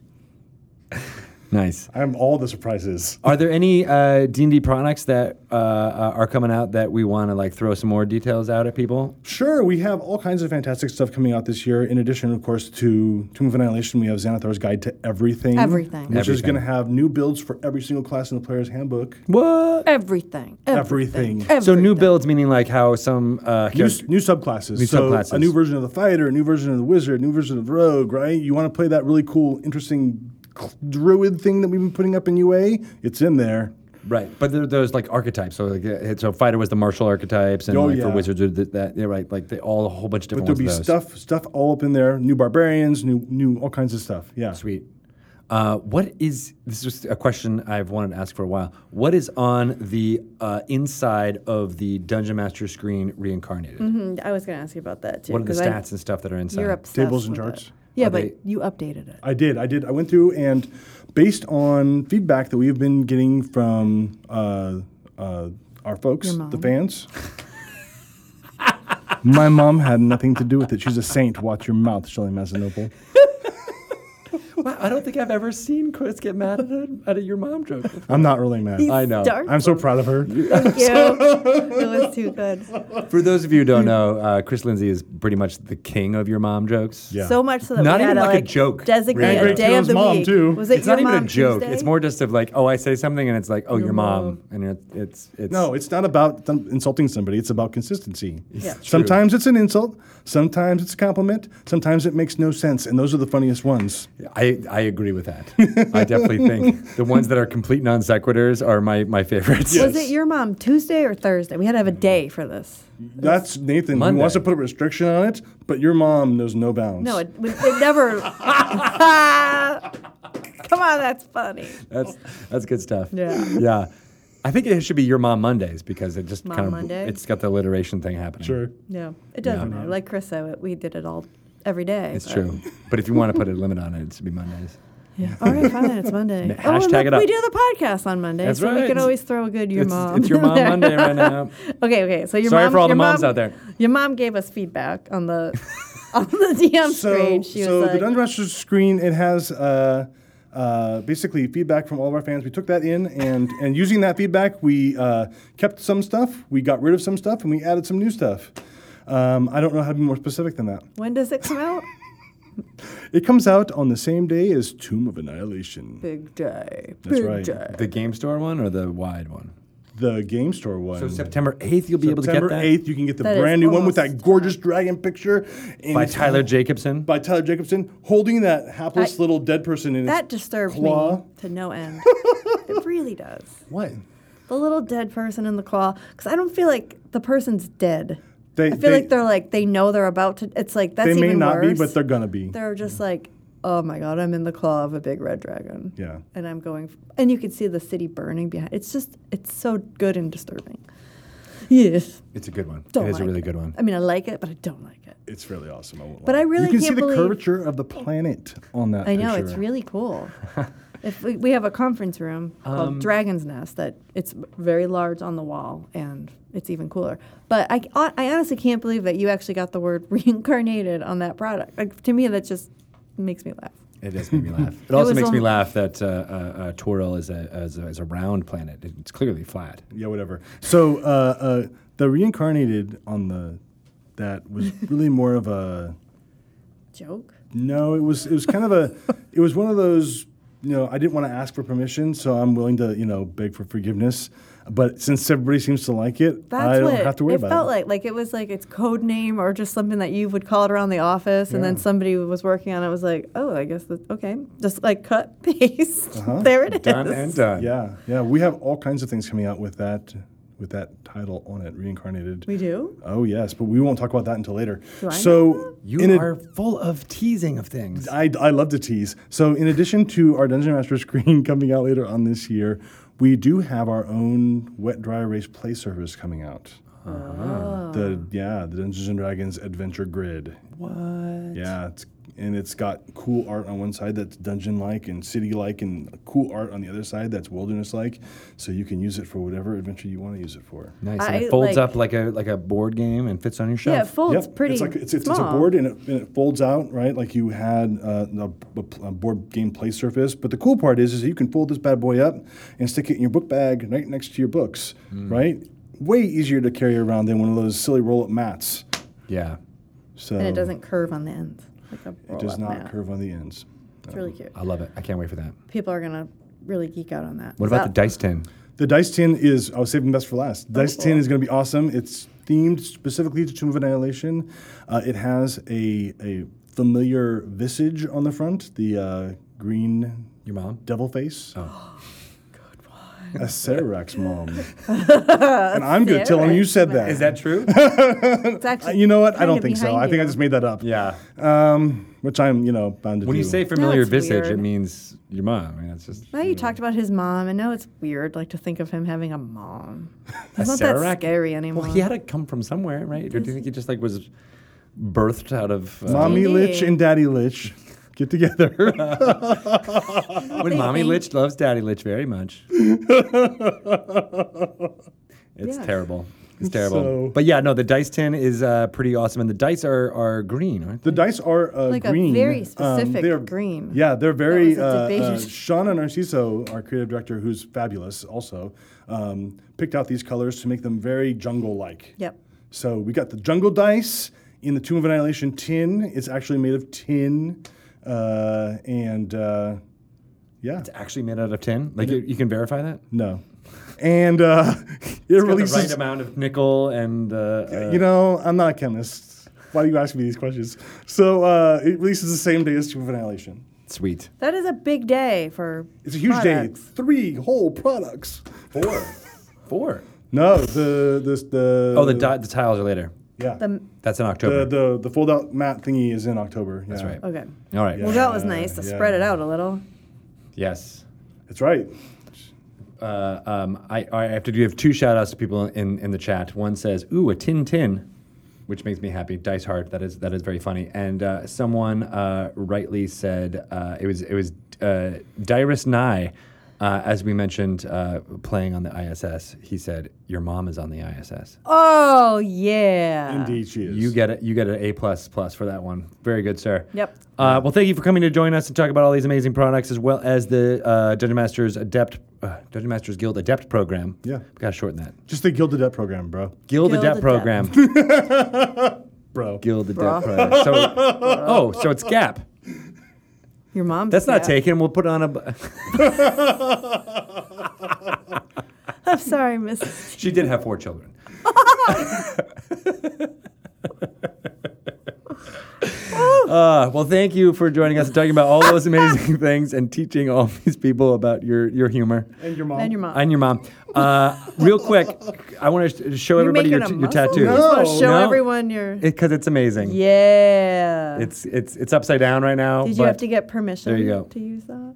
S1: nice.
S3: I'm all the surprises.
S1: Are there any uh, D&D products that uh, uh, are coming out that we want to like throw some more details out at people?
S3: Sure, we have all kinds of fantastic stuff coming out this year. In addition, of course, to Tomb of Annihilation, we have Xanathar's Guide to Everything.
S2: Everything.
S3: Which is
S1: Everything.
S3: going to have new builds for every single class in the player's handbook.
S1: What?
S2: Everything.
S3: Everything.
S1: So new
S2: Everything.
S1: builds meaning like how some uh,
S3: new,
S1: character-
S3: new subclasses.
S1: New
S3: so
S1: subclasses.
S3: A new version of the fighter, a new version of the wizard, new version of the rogue, right? You want to play that really cool, interesting cl- druid thing that we've been putting up in UA? It's in there.
S1: right? But there, there's like archetypes. So like uh, so fighter was the martial archetypes, and
S3: Oh,
S1: like for
S3: yeah.
S1: wizards are th- that yeah, right. Like they all a whole bunch of
S3: But
S1: different.
S3: there'll be
S1: ones of those.
S3: stuff, stuff all up in there. New barbarians, new, new, all kinds of stuff. Yeah.
S1: Sweet. Uh, what is this is a question I've wanted to ask for a while. What is on the uh, inside of the Dungeon Master screen reincarnated?
S2: Mm, I was going to ask you about that too.
S1: What are the
S2: 'cause I-
S1: stats and stuff that are inside?
S2: You're obsessed
S3: Tables and
S2: with
S3: charts?
S2: it. Yeah,
S1: Are
S2: but
S1: they-
S2: you updated it.
S3: I did. I did. I went through and based on feedback that we've been getting from uh, uh, our folks, the fans. *laughs* My mom had nothing to do with it. She's a saint. Watch your mouth, Shelley Mazenople.
S1: Wow, I don't think I've ever seen Chris get mad at, a, at a your mom joke.
S3: I'm not really mad.
S1: I
S2: *laughs*
S1: know.
S2: Dark.
S3: I'm so proud of her.
S2: Thank you.
S1: *laughs*
S2: *laughs* it was too good.
S1: *laughs* For those of you who don't know, uh, Chris Lindsay is pretty much the king of your mom jokes.
S3: Yeah.
S2: So much so that
S1: Not
S2: we
S1: even
S2: had to
S1: like a
S2: like
S1: joke,
S2: designate
S1: really.
S2: a
S1: Great
S2: day of
S3: Tito's
S2: the
S3: mom,
S2: week.
S3: too.
S2: Was it
S1: It's
S2: your
S1: not even
S2: mom
S1: a joke.
S2: Tuesday?
S1: It's more just of like, oh, I say something, and it's like, oh, your, mom. and it, it's it's.
S3: No, it's not about th- insulting somebody. It's about consistency.
S2: Yeah. true.
S3: Sometimes it's an insult. Sometimes it's a compliment. Sometimes it makes no sense. And those are the funniest ones.
S1: I I agree with that. I definitely think the ones that are complete non sequiturs are my my favorites.
S2: Was it your mom Tuesday or Thursday? We had to have a day for this.
S3: That's Nathan. He
S1: Monday.
S3: wants to put a restriction on it, but your mom knows no bounds.
S2: No, it, it
S1: *laughs*
S2: it never. Come on, that's funny.
S1: *laughs* That's that's good stuff.
S2: Yeah.
S1: Yeah. I think it should be your mom Mondays because it just
S2: Mom
S1: kind of
S2: Monday?
S1: it's got the alliteration thing happening.
S3: Sure.
S2: No, it doesn't matter. Like Chris said, we did it all every day.
S1: It's
S2: but-
S1: true. But if you want to put a limit on it, it should be Mondays.
S2: Yeah. All right, fine.
S1: *laughs*
S2: It's Monday. oh, and
S1: hashtag
S2: look,
S1: it up.
S2: we do the podcast on Monday,
S1: That's
S2: so we
S1: right.
S2: can always throw a good your
S1: it's,
S2: mom.
S1: it's your
S2: *laughs*
S1: mom
S2: there.
S1: Monday right now.
S2: Okay, okay. So your
S1: Sorry
S2: mom,
S1: for all the
S2: your
S1: moms
S2: mom-
S1: out there.
S2: Your mom gave us feedback
S1: *laughs*
S2: on the on the DM
S3: So,
S2: screen. She
S3: so
S2: was
S3: the
S2: like,
S3: Dungeon Masters screen, it has uh, uh, basically feedback from all of our fans. We took that in,
S2: *laughs*
S3: and, and using that feedback, we uh, kept some stuff, we got rid of some stuff, and we added some new stuff. Um, I don't know how to be more specific than that.
S2: "When does it
S1: *laughs*
S2: come out?"
S3: It comes out on the same day as Tomb of Annihilation,
S2: Big day. Big
S3: That's right.
S2: day.
S1: The game store one or the wide one?
S3: the game store one.
S1: So September 8th, you'll be able
S3: September
S1: to get that
S3: 8th, you can get the
S2: That is
S3: brand new one with
S2: almost
S3: that gorgeous dragon picture. And
S1: by
S3: it's-
S1: Tyler Jacobson.
S3: by Tyler Jacobson holding that hapless
S2: I-
S3: little dead person in
S2: That
S3: its
S2: disturbs
S3: claw.
S2: me to
S1: *laughs*
S2: no end. it really does.
S3: What?
S2: The little dead person in the claw, because I don't feel like the person's dead.
S3: They,
S2: I feel
S3: they,
S2: like they're like they know they're about to. It's like that's
S3: they may
S2: even
S3: not be,
S2: worse.
S3: but they're gonna be.
S2: they're just like, oh my god, I'm in the claw of a big red dragon.
S3: yeah.
S2: And I'm going, f- and you can see the city burning behind. It's just, it's so good and disturbing. Yes,
S1: It's a good one.
S2: don't.
S1: it is a
S2: like
S1: really good one.
S2: I mean, I like it, but I don't like it.
S3: It's really awesome. I won't
S2: But
S3: lie.
S2: I really
S3: you can see
S2: can't
S3: the
S2: believe-
S3: curvature of the planet on that.
S2: I know
S3: picture.
S2: it's really *laughs* cool. if we, we have a conference room called Dragon's Nest that it's very large on the wall and it's even cooler. But I, I honestly can't believe that you actually got the word *laughs* reincarnated on that product. Like to me, that just makes me laugh.
S1: It does
S2: *laughs*
S1: make me laugh. It also
S2: was
S1: makes me
S2: on-
S1: laugh that uh, uh, uh, Toril is a, is, a, is a round planet. It- It's clearly flat.
S3: Yeah, whatever. So uh, uh, the reincarnated on the that
S2: *laughs*
S3: was really more of a
S2: Joke.
S3: no. It was it was kind of a it was one of those you know I didn't want to ask for permission, so I'm willing to you know beg for forgiveness. But since everybody seems to like it,
S2: That's
S3: I don't
S2: what
S3: have to
S2: it
S3: worry about
S2: felt
S3: it.
S2: like. Like it was like its code name or just something that you would call it around the office, and then
S3: Yeah.
S2: somebody who was working on it. Was like, oh, I guess that okay. Just like cut *laughs* paste.
S3: Uh-huh.
S2: there it is.
S1: Done and done.
S3: yeah, yeah. We have all kinds of things coming out with that with that title on it, reincarnated.
S2: We do.
S3: Oh yes, but we won't talk about that until later.
S2: Do I know
S3: so
S1: You
S3: in a-
S1: are full of teasing of things.
S3: I, I love to tease. So, in addition to our Dungeon Master *laughs* screen coming out later on this year, we do have our own wet dry erase play service coming out. The yeah, the Dungeons and Dragons Adventure Grid.
S1: What?
S3: Yeah, it's, and it's got cool art on one side that's dungeon like and city like, and cool art on the other side that's wilderness like. So you can use it for whatever adventure you want to use it for.
S1: Nice. And
S2: I,
S1: it folds
S2: like-
S1: up like a like a board game and fits on your
S2: Yeah, it
S1: shelf.
S2: folds pretty
S3: It's like it's, it's,
S2: small.
S3: it's a board and it, and it folds out, right? Like you had uh, a, a pl- a board game play surface. But the cool part is, is you can fold this bad boy up and stick it in your book bag right next to your books, right? Way easier to carry around than one of those silly roll up mats.
S1: yeah.
S3: So
S2: and it doesn't curve on the ends. Like a
S3: it does not curve on the ends.
S2: It's really cute.
S1: I love it. I can't wait for that.
S2: People are gonna really geek out on that.
S1: What
S2: Is
S1: about the
S2: that-
S1: dice tin?
S3: The dice tin is. I was saving best for
S2: Oh,
S3: last. Dice tin is going to be awesome. It's themed specifically to Tomb of Annihilation. Uh, it has a a familiar visage on the front. The uh, green
S1: Your mom?
S3: devil face.
S2: *gasps*
S3: Oh. Good one. A
S2: *laughs*
S3: Sarax mom. *laughs* and I'm going to tell him you said that.
S1: Is that true?
S2: It's actually,
S3: You know what? I
S2: kinda
S3: don't think so.
S2: behind
S3: I think I
S2: you.
S3: just made that
S1: *laughs*
S3: up.
S1: yeah.
S3: Um, which I'm, you know, bound to
S1: When
S3: do.
S1: you say familiar
S2: it's
S1: visage, it
S2: weird.
S1: means your mom. I mean, that's just
S3: Hmm.
S2: now you talked about his mom, and now it's weird, like to think of him having a
S3: *laughs*
S2: mom.
S1: a
S2: It's not that
S1: Sarac-
S2: scary anymore.
S1: Well, he had to come from somewhere, right? Or do you think he just like was birthed out of uh,
S3: Mommy
S2: Indeed.
S3: Lich and Daddy Lich get together. *laughs*
S1: When mommy
S2: think-
S1: Lich loves daddy Lich very
S3: *laughs*
S1: much. it's
S2: Yeah.
S1: terrible. It's terrible.
S3: So-
S1: But yeah, no, the dice tin is uh, pretty awesome, and the dice are are green, aren't they?
S3: The dice are uh,
S2: Like a
S3: green.
S2: very
S3: Um,
S2: specific
S3: they're-
S2: green.
S3: Yeah, they're very.
S2: was a
S3: uh, uh,
S2: debate.
S3: Shauna Narciso, our creative director, who's fabulous also, um, picked out these colors to make them very jungle like.
S2: Yep.
S3: So we got the jungle dice in the Tomb of Annihilation tin. It's actually made of tin. Uh, and uh, yeah,
S1: It's actually made out of tin. Like you, you can verify that.
S3: no. And uh, *laughs*
S1: It's
S3: it
S1: got the right
S3: releases.
S1: amount of nickel and uh, uh,
S3: you know, I'm not a chemist. Why do you ask me these questions? So uh, it releases the same day as Tomb of Annihilation.
S1: sweet.
S2: That is a big day for.
S3: It's a huge
S2: products.
S3: day. Three whole products.
S1: Four, four.
S3: No, the this the
S1: Oh, the di- the tiles are later.
S3: yeah
S2: The,
S1: That's in
S3: the
S1: October.
S3: the, the fold out mat thingy is in October.
S1: That's
S3: yeah.
S1: right.
S2: okay.
S1: All right.
S2: Well, that was nice to
S3: yeah.
S2: spread it out a little.
S1: Yes.
S3: That's right.
S1: Uh, um, I, I have to give two shout outs to people in, in the chat. One says, Ooh, a tin tin, which makes me happy. Dice heart. That is that is very funny. And uh, someone uh, rightly said uh, it was it was uh, Dyrus Nye, uh, as we mentioned, uh, playing on the ISS. He said, Your mom is on the ISS.
S2: Oh
S1: Ah.
S2: yeah.
S3: Indeed, she is.
S1: You get it. You get an A plus plus for that one. Very good, sir.
S2: Yep.
S1: Uh, well, thank you for coming to join us and talk about all these amazing products, as well as the uh, Dungeon Masters Adept uh, Dungeon Masters Guild Adept program.
S3: Yeah.
S1: we gotta shorten that.
S3: just the Gilded Debt program, bro.
S1: Guild,
S2: Guild
S1: Adept
S2: Adept.
S1: program.
S3: Bro.
S1: Guild
S2: Bruh.
S1: Adept program. So, oh, so it's Gap.
S2: Your mom.
S1: That's not taken. We'll put on a. b-
S2: *laughs* I'm sorry, Miss.
S1: *laughs* She did have four children. Uh, well, thank you for joining us and talking about all those amazing *laughs* things and teaching all these people about your, your humor
S6: And your mom.
S2: And your mom.
S1: and your mom. Uh, real quick, I want to sh- show
S2: You're
S1: everybody your, t-
S2: making a
S1: your
S2: muscle?
S1: tattoo
S2: You just wanna
S6: No.
S2: show
S1: No.
S2: everyone your.
S1: because it's amazing.
S2: yeah.
S1: It's it's it's upside down right now.
S2: Did you have
S1: but
S2: to get permission
S1: There you go.
S2: to use
S3: *laughs*
S2: that?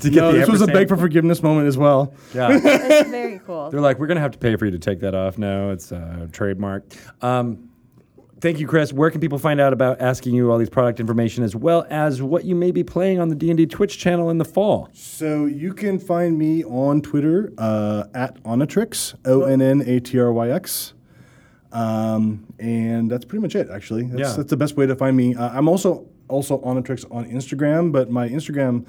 S1: to get
S3: No,
S1: the
S3: this was a
S1: ampersand-
S3: beg for forgiveness moment as well.
S1: Yeah. *laughs*
S2: That's very cool.
S1: They're like, we're gonna have to pay for you to take that off. No, it's uh, trademark. Um, thank you, Chris. Where can people find out about asking you all these product information as well as what you may be playing on the D and D Twitch channel in the fall?
S3: So you can find me on Twitter uh, at Onatrix, O N N A T R Y X. Um, and that's pretty much it, actually. That's,
S1: Yeah.
S3: that's the best way to find me. Uh, I'm also also Onatrix on Instagram, but my Instagram,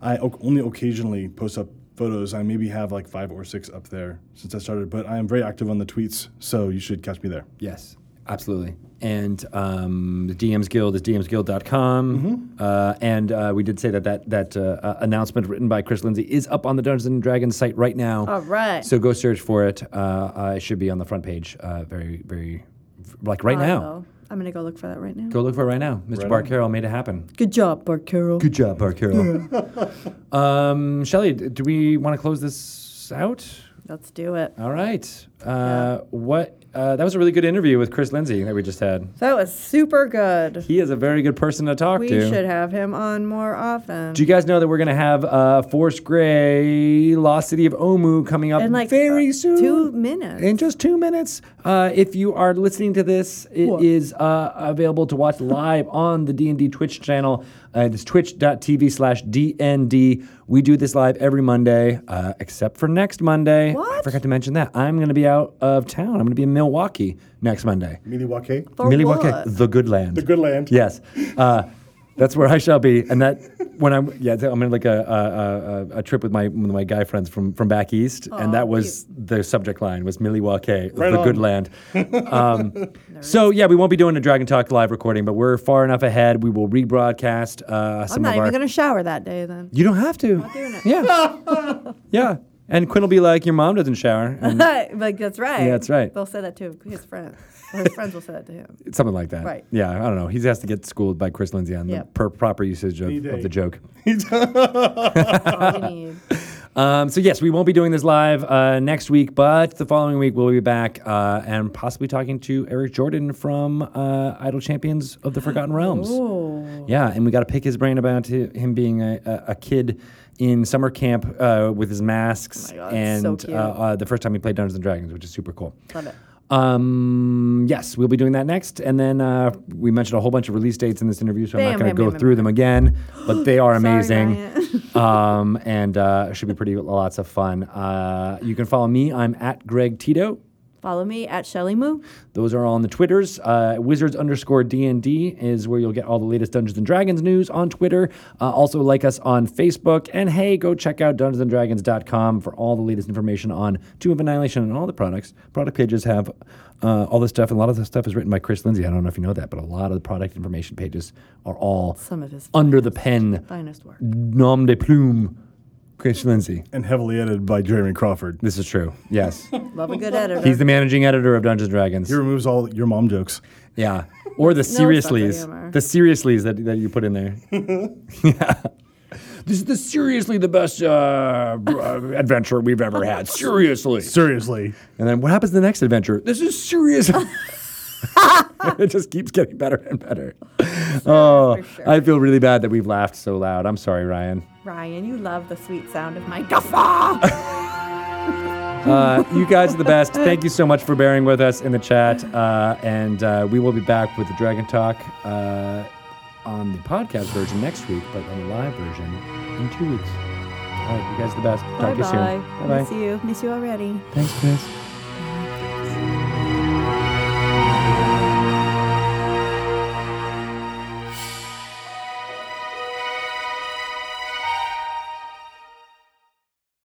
S3: I o- only occasionally post up photos. I maybe have like five or six up there since I started, but I am very active on the tweets, so you should catch me there.
S1: Yes, absolutely. And um, the DMs Guild is dmsguild.com. Uh, and uh, we did say that that, that uh, uh, announcement written by Chris Lindsay is up on the Dungeons and Dragons site right now.
S2: All right.
S1: So go search for it. Uh, uh, it should be on the front page uh, very, very, like right now.
S2: Wow. I'm going to go look for that right now.
S1: Go look for it right now. Mr. Bart Carroll made it happen.
S2: Good job, Bart Carroll.
S1: Good job, Bart Carroll. *laughs* um, Shelly, d- do we want to close this out?
S2: Let's do it.
S1: All right. Uh, What? Uh, that was a really good interview with Chris Lindsay that we just had.
S2: That was super good.
S1: He is a very good person to talk
S2: We
S1: to.
S2: should have him on more often.
S1: Do you guys know that we're going to have uh, Force Gray, Lost City of Omu coming up
S2: In like
S1: very
S2: uh,
S1: soon?
S2: Two minutes.
S1: in just two minutes. Uh, if you are listening to this, it is
S2: What?
S1: uh, available to watch live on the D&D Twitch channel. Uh, it's twitch.tv slash DND. We do this live every Monday, uh, except for next Monday. I
S2: What?
S1: forgot to mention that. I'm going to be out of town. I'm going to be in Milwaukee next Monday.
S3: Miliwake,
S2: For
S1: Milwaukee,
S2: what?
S1: the good land.
S3: the good land.
S1: Yes. Uh, that's where I shall be, and that when I'm yeah I'm in like a a, a, a trip with my with my guy friends from from back east,
S2: Oh,
S1: and that was the subject line was Milwaukee, the
S3: on.
S1: good
S3: *laughs*
S1: land. Um, so yeah, we won't be doing a Dragon Talk live recording, but we're far enough ahead. We will rebroadcast uh,
S2: I'm
S1: some
S2: not
S1: of
S2: even
S1: our.
S2: going to shower that day then.
S1: you don't have to. Yeah,
S3: *laughs*
S1: yeah. And Quinn will be like, "Your mom doesn't
S2: *laughs*
S1: shower," and
S2: *laughs* like that's right.
S1: Yeah, that's right.
S2: They'll say that to his friends. Or his friends will say that to him.
S1: something like that.
S2: Right.
S1: Yeah, I don't know. He has to get schooled by Chris Lindsay on the
S2: Yep.
S1: per- proper usage of, of
S3: day.
S1: the joke.
S2: That's all we need.
S1: Um, so yes, we won't be doing this live uh, next week, but the following week we'll be back uh, and possibly talking to Eric Jordan from uh, Idol Champions of the Forgotten Realms. Yeah, and we got to pick his brain about hi- him being a, a, a kid in summer camp uh, with his masks
S2: Oh my God,
S1: and
S2: so cute.
S1: uh, uh, the first time he played Dungeons and Dragons, which is super cool.
S2: Love it.
S1: Um, yes, we'll be doing that next. And then uh, we mentioned a whole bunch of release dates in this interview, so I'm not
S2: Bam,
S1: going to
S2: bam,
S1: go
S2: bam, bam,
S1: through them again, but they are
S2: Sorry,
S1: amazing. um, and uh, it should be pretty lots of fun. Uh, you can follow me. I'm at Greg Tito.
S2: Follow me at Shelly Moo.
S1: Those are all on the Twitters. Uh, Wizards underscore DND is where you'll get all the latest Dungeons and Dragons news on Twitter. Uh, also, like us on Facebook. And hey, go check out dungeonsanddragons.com for all the latest information on Tomb of Annihilation and all the products. Product pages have uh, all this stuff, and a lot of the stuff is written by Chris Lindsay. I don't know if you know that, but a lot of the product information pages are all
S2: Some of his
S1: under the pen,
S2: finest work.
S1: nom de plume, Chris Lindsay.
S3: And heavily edited by Jeremy Crawford.
S1: This is true. Yes.
S2: Love a good editor.
S1: He's the managing editor of Dungeons and Dragons.
S3: He removes all your mom jokes.
S1: Yeah.
S2: *laughs*
S1: Or the
S2: not the
S1: seriouslys.
S2: humor.
S1: the seriouslys that, that you put in
S2: *laughs*
S1: there. yeah. This is the seriously the best uh, br- uh, adventure we've ever had. Seriously.
S3: Seriously.
S1: And then what happens in the next adventure? This is
S2: *laughs*
S1: serious. *laughs* it just keeps getting better and better. Oh,
S2: for sure.
S1: I feel really bad that we've laughed so loud. I'm sorry, Ryan.
S2: Ryan, you love the sweet sound of
S1: *laughs*
S2: my guffaw.
S1: Uh, you guys are the best. Thank you so much for bearing with us in the chat. Uh, and uh, we will be back with the Dragon Talk uh, on the podcast version next week, but on the live version in two weeks. All right, you guys are the best. Talk to you soon.
S2: Miss you. Miss you already.
S1: Thanks, Chris.